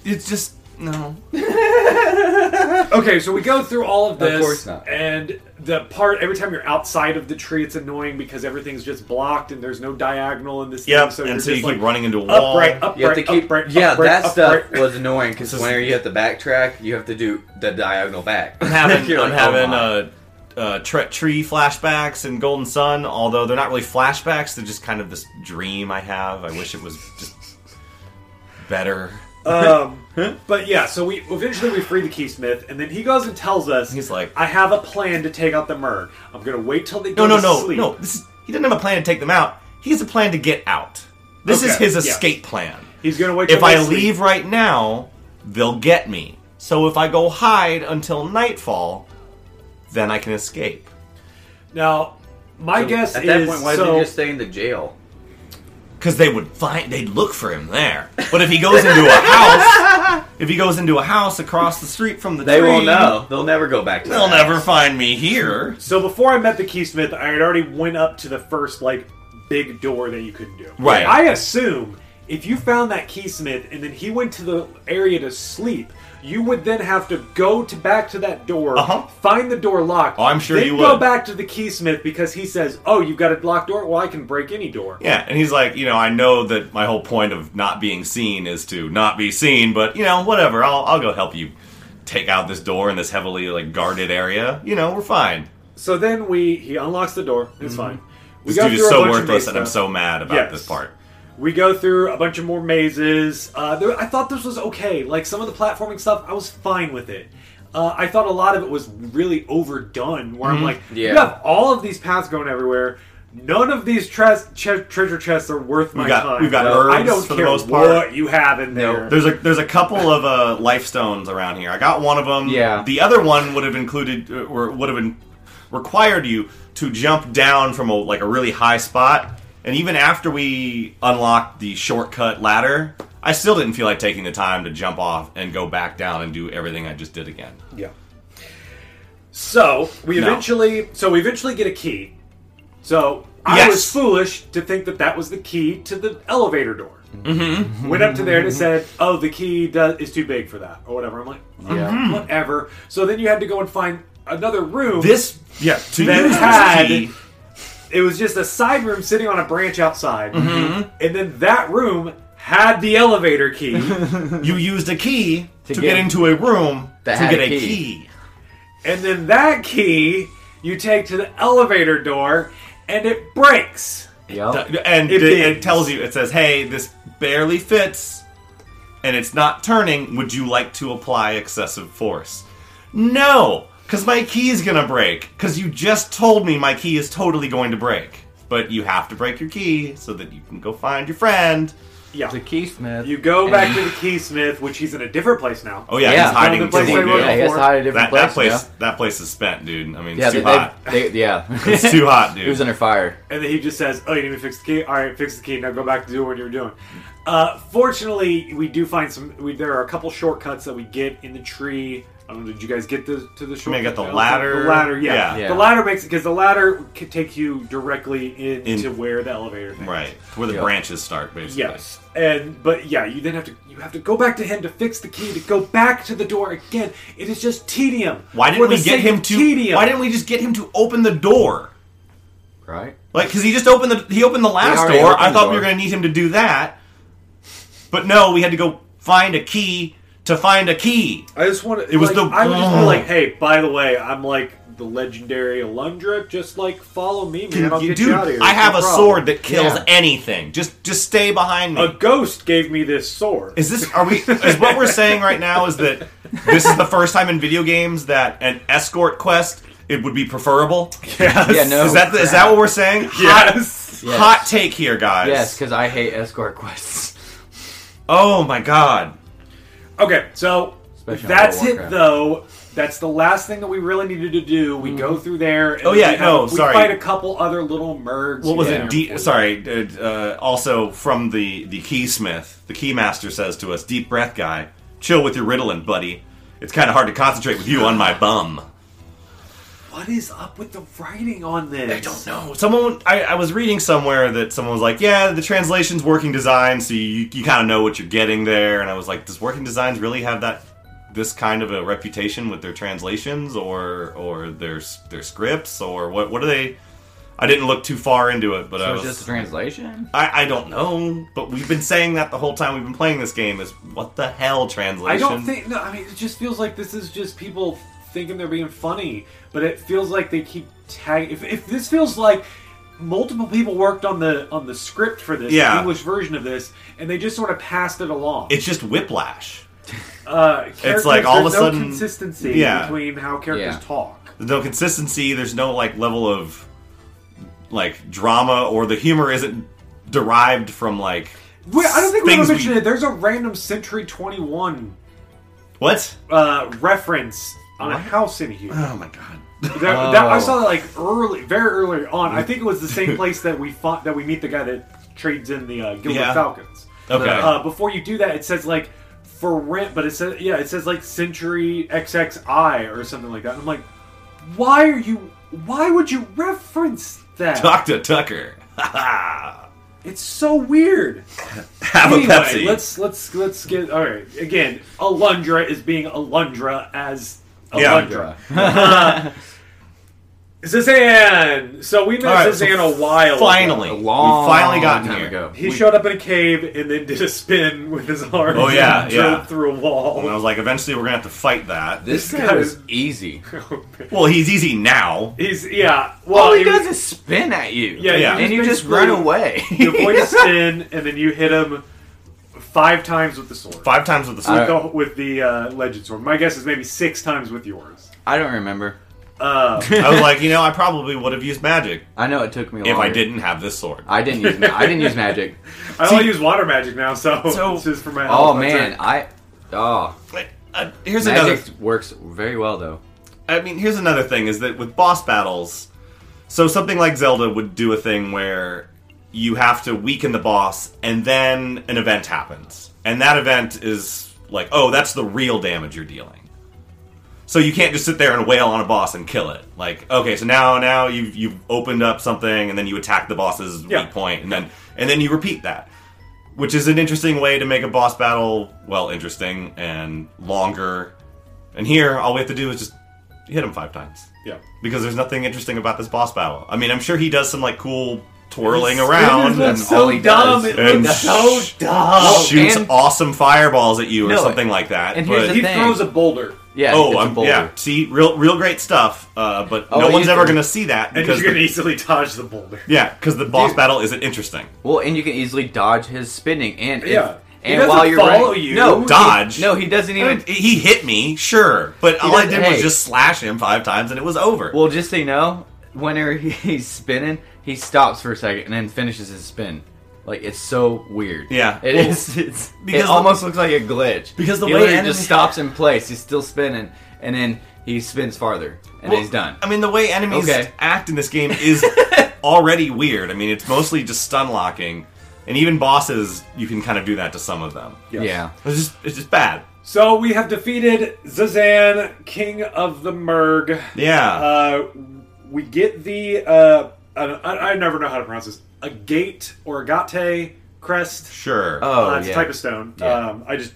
[SPEAKER 2] It's just no.
[SPEAKER 1] Okay, so we go through all of this,
[SPEAKER 3] course not.
[SPEAKER 1] and the part every time you're outside of the tree, it's annoying because everything's just blocked and there's no diagonal in this.
[SPEAKER 2] Yep.
[SPEAKER 1] thing, so you're
[SPEAKER 2] and so you
[SPEAKER 1] just
[SPEAKER 2] keep
[SPEAKER 1] like
[SPEAKER 2] running into a wall.
[SPEAKER 1] upright, upright,
[SPEAKER 3] You have to keep.
[SPEAKER 1] upright,
[SPEAKER 3] yeah,
[SPEAKER 1] upright,
[SPEAKER 3] that
[SPEAKER 1] upright.
[SPEAKER 3] stuff was annoying because
[SPEAKER 2] This is-
[SPEAKER 3] whenever you have to backtrack, you have to do the diagonal back.
[SPEAKER 2] I'm having,
[SPEAKER 3] You're
[SPEAKER 2] I'm
[SPEAKER 3] like, oh
[SPEAKER 2] having
[SPEAKER 3] my.
[SPEAKER 2] uh, uh, tre- tree flashbacks and Golden Sun, although they're not really flashbacks. They're just kind of this dream I have. I wish it was just better.
[SPEAKER 1] Um, but yeah, so we eventually we free the keysmith, and then he goes and tells us
[SPEAKER 2] He's like-
[SPEAKER 1] "I have a plan to take out the Merg. I'm gonna wait till they
[SPEAKER 2] No,
[SPEAKER 1] go
[SPEAKER 2] no,
[SPEAKER 1] to
[SPEAKER 2] no,
[SPEAKER 1] sleep."
[SPEAKER 2] no. This is, he doesn't have a plan to take them out. He has a plan to get out. This is
[SPEAKER 1] Okay,
[SPEAKER 2] his
[SPEAKER 1] yeah.
[SPEAKER 2] escape plan.
[SPEAKER 1] He's gonna wait.
[SPEAKER 2] If
[SPEAKER 1] till
[SPEAKER 2] I
[SPEAKER 1] they sleep.
[SPEAKER 2] leave right now, they'll get me. So if I go hide until nightfall, then I can escape.
[SPEAKER 1] now, my guess
[SPEAKER 3] At
[SPEAKER 1] is
[SPEAKER 3] that point, why
[SPEAKER 1] so,
[SPEAKER 3] did you just stay in the jail?
[SPEAKER 2] Because they would find, they'd look for him there. But if he goes into a house, if he goes into a house across the street from the
[SPEAKER 3] They
[SPEAKER 2] tree,
[SPEAKER 3] won't know. They'll never go back to.
[SPEAKER 2] They'll
[SPEAKER 3] that.
[SPEAKER 2] never find me here.
[SPEAKER 1] So before I met the keysmith, I had already went up to the first like big door that you could do.
[SPEAKER 2] Right.
[SPEAKER 1] I assume if you found that keysmith and then he went to the area to sleep, you would then have to go to back to that door,
[SPEAKER 2] Uh-huh.
[SPEAKER 1] find the door locked.
[SPEAKER 2] Oh, I'm sure
[SPEAKER 1] then
[SPEAKER 2] you
[SPEAKER 1] go
[SPEAKER 2] would.
[SPEAKER 1] back to the keysmith because he says, "Oh, you've got a locked door. Well, I can break any door."
[SPEAKER 2] Yeah, and he's like, you know, I know that my whole point of not being seen is to not be seen, but you know, whatever. I'll I'll go help you take out this door in this heavily like guarded area. You know, we're fine.
[SPEAKER 1] So then we he unlocks the door. It's fine. We
[SPEAKER 2] Mm-hmm. This
[SPEAKER 1] go
[SPEAKER 2] dude is
[SPEAKER 1] through a
[SPEAKER 2] so
[SPEAKER 1] bunch of
[SPEAKER 2] worthless,
[SPEAKER 1] maze
[SPEAKER 2] and I'm
[SPEAKER 1] stuff.
[SPEAKER 2] so mad about
[SPEAKER 1] Yes.
[SPEAKER 2] this part.
[SPEAKER 1] We go through a bunch of more mazes. Uh, there, I thought this was okay. Like some of the platforming stuff, I was fine with it. Uh, I thought a lot of it was really overdone. Where I'm like,
[SPEAKER 3] Yeah.
[SPEAKER 1] you have all of these paths going everywhere. None of these tres- che- treasure chests are worth my
[SPEAKER 2] got-
[SPEAKER 1] time.
[SPEAKER 2] we've got
[SPEAKER 1] I
[SPEAKER 2] herbs
[SPEAKER 1] don't
[SPEAKER 2] for the
[SPEAKER 1] care
[SPEAKER 2] most part.
[SPEAKER 1] what you have in
[SPEAKER 3] No.
[SPEAKER 1] there.
[SPEAKER 2] There's a there's a couple of uh, life stones around here. I got one of them.
[SPEAKER 3] Yeah.
[SPEAKER 2] The other one would have included uh, or would have been required you to jump down from a like a really high spot. And even after we unlocked the shortcut ladder, I still didn't feel like taking the time to jump off and go back down and do everything I just did again.
[SPEAKER 1] Yeah. So we
[SPEAKER 2] No.
[SPEAKER 1] eventually, so we eventually get a key. So I
[SPEAKER 2] Yes.
[SPEAKER 1] was foolish to think that that was the key to the elevator door. Mm-hmm. Went up to there and it said, "Oh, the key does, is too big for that," or whatever. I'm like, "Oh,
[SPEAKER 3] Yeah.
[SPEAKER 1] whatever. So then you had to go and find another room.
[SPEAKER 2] This yeah, to
[SPEAKER 1] That
[SPEAKER 2] use this
[SPEAKER 1] had-
[SPEAKER 2] key-
[SPEAKER 1] it was just a side room sitting on a branch outside, and then that room had the elevator key.
[SPEAKER 2] you used a key to,
[SPEAKER 3] get-
[SPEAKER 2] get, into a room
[SPEAKER 3] That
[SPEAKER 2] to
[SPEAKER 3] had
[SPEAKER 2] get
[SPEAKER 3] a
[SPEAKER 2] a key.
[SPEAKER 3] key.
[SPEAKER 1] And then that key you take to the elevator door and it breaks.
[SPEAKER 2] Mhm.
[SPEAKER 3] Yep.
[SPEAKER 2] and
[SPEAKER 1] It
[SPEAKER 2] it,
[SPEAKER 1] is.
[SPEAKER 2] it tells you it says hey this barely fits and it's not turning would you like to apply excessive force no because my key is gonna break because you just told me my key is totally going to break but you have to break your key so that you can go find your friend
[SPEAKER 1] Yeah.
[SPEAKER 3] The keysmith.
[SPEAKER 1] You go back to the keysmith, which he's in a different place now.
[SPEAKER 2] oh yeah,
[SPEAKER 3] Yeah.
[SPEAKER 2] he's hiding
[SPEAKER 1] Found the place
[SPEAKER 2] too,
[SPEAKER 1] they were
[SPEAKER 2] dude.
[SPEAKER 3] yeah, he has to hide a different
[SPEAKER 2] that, that
[SPEAKER 3] place.
[SPEAKER 2] place that place is spent dude i mean
[SPEAKER 3] Yeah.
[SPEAKER 2] it's
[SPEAKER 3] Yeah,
[SPEAKER 2] too hot
[SPEAKER 3] they, they, they, yeah.
[SPEAKER 2] it's too hot dude
[SPEAKER 3] he was under fire.
[SPEAKER 1] And then he just says, "Oh, you need me to fix the key. All right, fix the key. Now go back to do what you were doing." Uh, fortunately, we do find some. We, there are a couple shortcuts that we get in the tree. I don't know. Did you guys get the, to the shortcut?
[SPEAKER 2] mean, I got the
[SPEAKER 1] No,
[SPEAKER 2] ladder.
[SPEAKER 1] The ladder, yeah.
[SPEAKER 2] Yeah.
[SPEAKER 3] Yeah.
[SPEAKER 1] The ladder makes it because the ladder could take you directly in,
[SPEAKER 2] In-
[SPEAKER 1] to where the elevator. Thing.
[SPEAKER 2] right where the
[SPEAKER 3] Yeah.
[SPEAKER 2] branches start basically
[SPEAKER 1] Yes, and but yeah, you then have to you have to go back to him to fix the key to go back to the door again. It is just tedium.
[SPEAKER 2] why
[SPEAKER 1] For
[SPEAKER 2] didn't
[SPEAKER 1] the
[SPEAKER 2] we get
[SPEAKER 1] sake
[SPEAKER 2] him
[SPEAKER 1] of
[SPEAKER 2] to
[SPEAKER 1] Tedium.
[SPEAKER 2] why didn't we just get him to open the door
[SPEAKER 3] Right.
[SPEAKER 2] Like, because he just opened the he opened the
[SPEAKER 3] He
[SPEAKER 2] last
[SPEAKER 3] already
[SPEAKER 2] door.
[SPEAKER 3] opened
[SPEAKER 2] I
[SPEAKER 3] the
[SPEAKER 2] thought we
[SPEAKER 3] door.
[SPEAKER 2] were going to need him to do that, but no, we had to go find a key to find a key.
[SPEAKER 1] I just want to.
[SPEAKER 2] It was the-
[SPEAKER 1] I would just be
[SPEAKER 2] Ugh.
[SPEAKER 1] like, hey, by the way, I'm like the legendary Alundra. Just like follow me, man. I'll get
[SPEAKER 2] Dude,
[SPEAKER 1] you out of here.
[SPEAKER 2] I
[SPEAKER 1] It's no
[SPEAKER 2] have a
[SPEAKER 1] problem."
[SPEAKER 2] sword that kills
[SPEAKER 3] Yeah.
[SPEAKER 2] anything. Just just
[SPEAKER 1] Uh,
[SPEAKER 2] stay behind me.
[SPEAKER 1] A ghost gave me this sword.
[SPEAKER 2] is this are we? Is what we're saying right now is that this is the first time in video games that an escort quest it would be preferable.
[SPEAKER 1] Yes.
[SPEAKER 3] Yeah, no.
[SPEAKER 2] is that the, is that what we're saying? Hot,
[SPEAKER 1] Yes.
[SPEAKER 3] Yes.
[SPEAKER 2] hot take here, guys.
[SPEAKER 3] Yes, because I hate escort quests.
[SPEAKER 2] Oh my god.
[SPEAKER 1] Okay, so
[SPEAKER 3] Especially on
[SPEAKER 1] that's
[SPEAKER 3] World of
[SPEAKER 1] it
[SPEAKER 3] Warcraft.
[SPEAKER 1] though. That's the last thing that we really needed to do. We
[SPEAKER 3] Mm-hmm.
[SPEAKER 1] go through there. And
[SPEAKER 2] Oh, yeah,
[SPEAKER 1] we have-
[SPEAKER 2] no,
[SPEAKER 1] we
[SPEAKER 2] sorry.
[SPEAKER 1] fight a couple other little mergs.
[SPEAKER 2] What was
[SPEAKER 1] here
[SPEAKER 2] it? De-
[SPEAKER 1] before-
[SPEAKER 2] sorry. uh, Uh, also from the the keysmith, the keymaster says to us, "Deep breath, guy. Chill with your riddling, buddy. It's kind of hard to concentrate with you on my bum."
[SPEAKER 1] What is up with the writing on this?
[SPEAKER 2] I don't know. Someone, I, I was reading somewhere that someone was like, "Yeah, the translation's working design, so you, you kind of know what you're getting there." And I was like, "Does working designs really have that this kind of a reputation with their translations, or or their s- their scripts, or what? What are they?" I didn't look too far into it, but I
[SPEAKER 3] So
[SPEAKER 2] was
[SPEAKER 3] it's just a translation.
[SPEAKER 2] I, I don't know, but we've been saying that the whole time we've been playing this game is what the hell translation?
[SPEAKER 1] I don't think. No, I mean, it just feels like this is just people thinking they're being funny, but it feels like they keep tagging. If, if this feels like multiple people worked on the on the script for this the
[SPEAKER 2] Yeah.
[SPEAKER 1] English version of this, and they just sort of passed it along.
[SPEAKER 2] it's just whiplash.
[SPEAKER 1] uh, characters-
[SPEAKER 2] like all
[SPEAKER 1] there's
[SPEAKER 2] of a
[SPEAKER 1] no
[SPEAKER 2] sudden-
[SPEAKER 1] consistency
[SPEAKER 2] yeah.
[SPEAKER 1] between how characters
[SPEAKER 3] Yeah.
[SPEAKER 1] talk.
[SPEAKER 2] There's no consistency. There's no like level of like drama, or the humor isn't derived from like
[SPEAKER 1] Wait, I don't think we
[SPEAKER 2] things
[SPEAKER 1] ever mentioned it. There's a random Century 21
[SPEAKER 2] What?
[SPEAKER 1] uh, reference on a house in here.
[SPEAKER 2] Oh my god!
[SPEAKER 1] That, that- I
[SPEAKER 3] Oh.
[SPEAKER 1] saw that like early, very early on. I think it was the same place that we fought, that we meet the guy that trades in the uh, Gilbert
[SPEAKER 2] Yeah.
[SPEAKER 1] Falcons.
[SPEAKER 2] Okay.
[SPEAKER 1] Uh, before you do that, it says like for rent, but it says yeah, it says like Century XXI or something like that. I'm like, why are you? Why would you reference that?
[SPEAKER 2] Doctor Tucker.
[SPEAKER 1] It's so weird.
[SPEAKER 2] Have
[SPEAKER 1] anyway,
[SPEAKER 2] a Pepsi.
[SPEAKER 1] let's let's let's get all right. Again, Alundra is being Alundra as
[SPEAKER 2] Yeah.
[SPEAKER 1] Alundra. Zazan. So we met
[SPEAKER 2] All right, so
[SPEAKER 1] Zazan a while. ago.
[SPEAKER 2] finally,
[SPEAKER 3] A
[SPEAKER 2] we
[SPEAKER 3] long
[SPEAKER 2] finally gotten
[SPEAKER 3] time
[SPEAKER 2] here.
[SPEAKER 3] ago.
[SPEAKER 1] He showed up in a cave and then did a spin with his arms.
[SPEAKER 2] Oh, yeah,
[SPEAKER 1] and drove
[SPEAKER 2] yeah.
[SPEAKER 1] through a wall.
[SPEAKER 2] And I was like, eventually we're gonna have to fight that.
[SPEAKER 3] This
[SPEAKER 1] This
[SPEAKER 3] guy
[SPEAKER 1] guy
[SPEAKER 3] was
[SPEAKER 1] is-
[SPEAKER 3] easy.
[SPEAKER 2] well, he's easy now.
[SPEAKER 1] He's yeah. Well,
[SPEAKER 3] All he
[SPEAKER 1] he
[SPEAKER 3] does
[SPEAKER 1] was-
[SPEAKER 3] is spin at you.
[SPEAKER 1] yeah,
[SPEAKER 2] yeah.
[SPEAKER 1] he was
[SPEAKER 3] And you just
[SPEAKER 1] basically-
[SPEAKER 3] run away.
[SPEAKER 1] You avoid a spin and then you hit him five times with the sword.
[SPEAKER 2] Five times with the
[SPEAKER 1] With
[SPEAKER 2] sword.
[SPEAKER 1] the, with the uh, legend sword. My guess is maybe six times with yours.
[SPEAKER 3] I don't remember.
[SPEAKER 1] Uh,
[SPEAKER 2] I was like, you know, I probably would have used magic
[SPEAKER 3] I know it took me.
[SPEAKER 2] if I
[SPEAKER 3] longer.
[SPEAKER 2] didn't have this sword.
[SPEAKER 3] I didn't use. ma- I didn't use magic.
[SPEAKER 1] I only use water magic now, so,
[SPEAKER 2] So-
[SPEAKER 1] it's just for my
[SPEAKER 3] Oh
[SPEAKER 1] health. That's
[SPEAKER 3] man,
[SPEAKER 1] it.
[SPEAKER 3] I. Oh,
[SPEAKER 2] Like, uh, here's another.
[SPEAKER 3] magic works very well though.
[SPEAKER 2] I mean, here's another thing is that with boss battles, so something like Zelda would do a thing where you have to weaken the boss and then an event happens. And that event is like, oh, that's the real damage you're dealing. So you can't just sit there and wail on a boss and kill it. Like, okay, so now now you've you've opened up something and then you attack the boss's
[SPEAKER 1] Yeah.
[SPEAKER 2] weak point and then and then you repeat that. Which is an interesting way to make a boss battle well interesting and longer. And here all we have to do is just hit him five times
[SPEAKER 1] yeah.
[SPEAKER 2] because there's nothing interesting about this boss battle. I mean, I'm sure he does some like cool twirling
[SPEAKER 1] This
[SPEAKER 2] around
[SPEAKER 1] looks
[SPEAKER 2] and
[SPEAKER 3] that's-
[SPEAKER 1] so
[SPEAKER 3] all he
[SPEAKER 1] dumb.
[SPEAKER 3] does
[SPEAKER 1] It
[SPEAKER 2] And
[SPEAKER 1] looks so dumb.
[SPEAKER 3] Well,
[SPEAKER 2] shoots
[SPEAKER 3] and-
[SPEAKER 2] awesome fireballs at you or
[SPEAKER 3] No,
[SPEAKER 2] something like that.
[SPEAKER 3] and here's
[SPEAKER 2] but-
[SPEAKER 1] He
[SPEAKER 3] the thing.
[SPEAKER 1] throws a boulder.
[SPEAKER 3] Yeah.
[SPEAKER 2] oh,
[SPEAKER 3] it's a
[SPEAKER 2] I'm-
[SPEAKER 3] boulder.
[SPEAKER 2] yeah. See, real, real great stuff. Uh, but
[SPEAKER 3] Oh,
[SPEAKER 2] no
[SPEAKER 3] you
[SPEAKER 2] one's ever
[SPEAKER 3] can-
[SPEAKER 2] gonna see that
[SPEAKER 1] And
[SPEAKER 2] because
[SPEAKER 1] you can
[SPEAKER 2] the,
[SPEAKER 1] easily dodge the boulder.
[SPEAKER 2] yeah, because the boss battle isn't interesting.
[SPEAKER 3] Well, and you can easily dodge his spinning, and if,
[SPEAKER 1] Yeah. He
[SPEAKER 3] and
[SPEAKER 1] doesn't
[SPEAKER 3] while you're
[SPEAKER 1] follow
[SPEAKER 3] running-
[SPEAKER 1] you.
[SPEAKER 3] no he-
[SPEAKER 2] Dodge.
[SPEAKER 3] no, he doesn't even.
[SPEAKER 2] He hit me, sure, but all I
[SPEAKER 3] does-
[SPEAKER 2] did was
[SPEAKER 3] hey.
[SPEAKER 2] just slash him five times and it was over.
[SPEAKER 3] Well, just so you know, whenever he- he's spinning, he stops for a second and then finishes his spin. Like it's so weird.
[SPEAKER 2] Yeah.
[SPEAKER 3] it
[SPEAKER 2] Well,
[SPEAKER 3] is. It's,
[SPEAKER 2] because
[SPEAKER 3] it
[SPEAKER 2] the-
[SPEAKER 3] almost looks like a glitch
[SPEAKER 2] Because the
[SPEAKER 3] he
[SPEAKER 2] way
[SPEAKER 3] literally
[SPEAKER 2] enemy-
[SPEAKER 3] just stops in place, he's still spinning, and then he spins farther, and
[SPEAKER 2] Well,
[SPEAKER 3] he's done.
[SPEAKER 2] I mean, the way enemies
[SPEAKER 3] Okay.
[SPEAKER 2] act in this game is already weird. I mean, it's mostly just stun locking, and even bosses, you can kind of do that to some of them.
[SPEAKER 1] Yes.
[SPEAKER 3] Yeah.
[SPEAKER 2] It's just, it's just bad.
[SPEAKER 1] So we have defeated Zazan, King of the Merg.
[SPEAKER 2] Yeah.
[SPEAKER 1] Uh, we get the uh, I, I I never know how to pronounce this. A gate or agate crest.
[SPEAKER 2] sure.
[SPEAKER 3] Oh,
[SPEAKER 1] uh, it's
[SPEAKER 3] yeah.
[SPEAKER 1] a type of stone.
[SPEAKER 3] Yeah.
[SPEAKER 1] Um, I just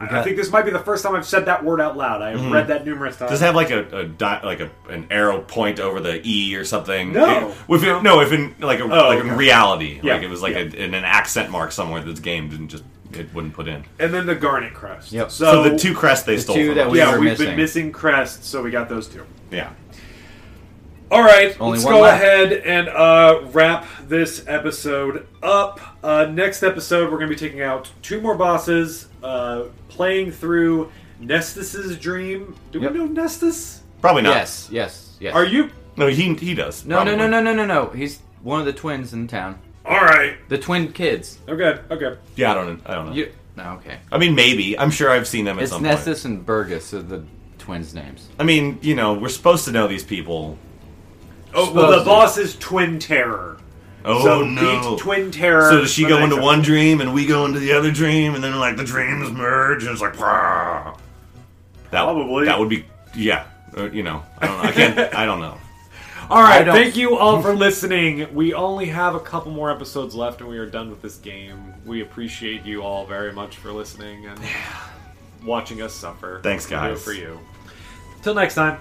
[SPEAKER 1] I- I
[SPEAKER 3] got-
[SPEAKER 1] think this might be the first time I've said that word out loud. I've
[SPEAKER 3] Mm-hmm.
[SPEAKER 1] read that numerous times.
[SPEAKER 2] Does it have like a, a di- like a an arrow point over the E or something?
[SPEAKER 1] No. Oh,
[SPEAKER 2] It- if it- no, if in like a, like
[SPEAKER 1] okay.
[SPEAKER 2] in reality,
[SPEAKER 1] Yeah,
[SPEAKER 2] like it was like
[SPEAKER 1] yeah.
[SPEAKER 2] a, in an accent mark somewhere that this game didn't just it wouldn't put in.
[SPEAKER 1] and then the garnet crest.
[SPEAKER 3] Yep.
[SPEAKER 1] So,
[SPEAKER 2] so the two crests they stole.
[SPEAKER 3] two
[SPEAKER 2] from
[SPEAKER 3] that
[SPEAKER 2] us.
[SPEAKER 3] we-
[SPEAKER 1] yeah,
[SPEAKER 3] were
[SPEAKER 1] we've
[SPEAKER 3] missing.
[SPEAKER 1] been missing crests, so we got those two.
[SPEAKER 2] yeah.
[SPEAKER 1] All right,
[SPEAKER 3] Only
[SPEAKER 1] let's
[SPEAKER 3] one
[SPEAKER 1] go
[SPEAKER 3] left.
[SPEAKER 1] ahead and uh, wrap this episode up. Uh, next episode, we're going to be taking out two more bosses, uh, playing through Nestus's dream. Do
[SPEAKER 3] Yep.
[SPEAKER 1] we know Nestus?
[SPEAKER 2] Probably not.
[SPEAKER 3] Yes, yes, yes.
[SPEAKER 1] Are you?
[SPEAKER 2] No, he he does.
[SPEAKER 3] No, no,
[SPEAKER 2] probably.
[SPEAKER 3] no, no, no, no, no. He's one of the twins in town.
[SPEAKER 1] All right.
[SPEAKER 3] The twin kids.
[SPEAKER 1] Okay. Okay.
[SPEAKER 2] Yeah, I don't. I don't know.
[SPEAKER 3] You. No, okay.
[SPEAKER 2] I mean, maybe. I'm sure I've seen them at
[SPEAKER 3] It's
[SPEAKER 2] some point.
[SPEAKER 3] Nessus and Burgess are the twins' names.
[SPEAKER 2] I mean, you know, we're supposed to know these people.
[SPEAKER 1] Oh well, the
[SPEAKER 3] Supposedly.
[SPEAKER 1] boss is Twin Terror.
[SPEAKER 2] Oh
[SPEAKER 1] so
[SPEAKER 2] no!
[SPEAKER 1] beat Twin Terror.
[SPEAKER 2] so does she
[SPEAKER 1] for
[SPEAKER 2] go
[SPEAKER 1] the
[SPEAKER 2] into
[SPEAKER 1] next
[SPEAKER 2] one dream and we go into the other dream, and then like the dreams merge, and it's like "Rah." that
[SPEAKER 1] Probably.
[SPEAKER 2] that would be yeah. Or, you know, I don't. Know. I can't. I don't know.
[SPEAKER 1] All
[SPEAKER 3] I
[SPEAKER 1] right,
[SPEAKER 3] don't-
[SPEAKER 1] thank you all for listening. We only have a couple more episodes left, and we are done with this game. We appreciate you all very much for listening and watching us suffer.
[SPEAKER 2] Thanks,
[SPEAKER 1] We do it
[SPEAKER 2] guys.
[SPEAKER 1] for you. Till next time.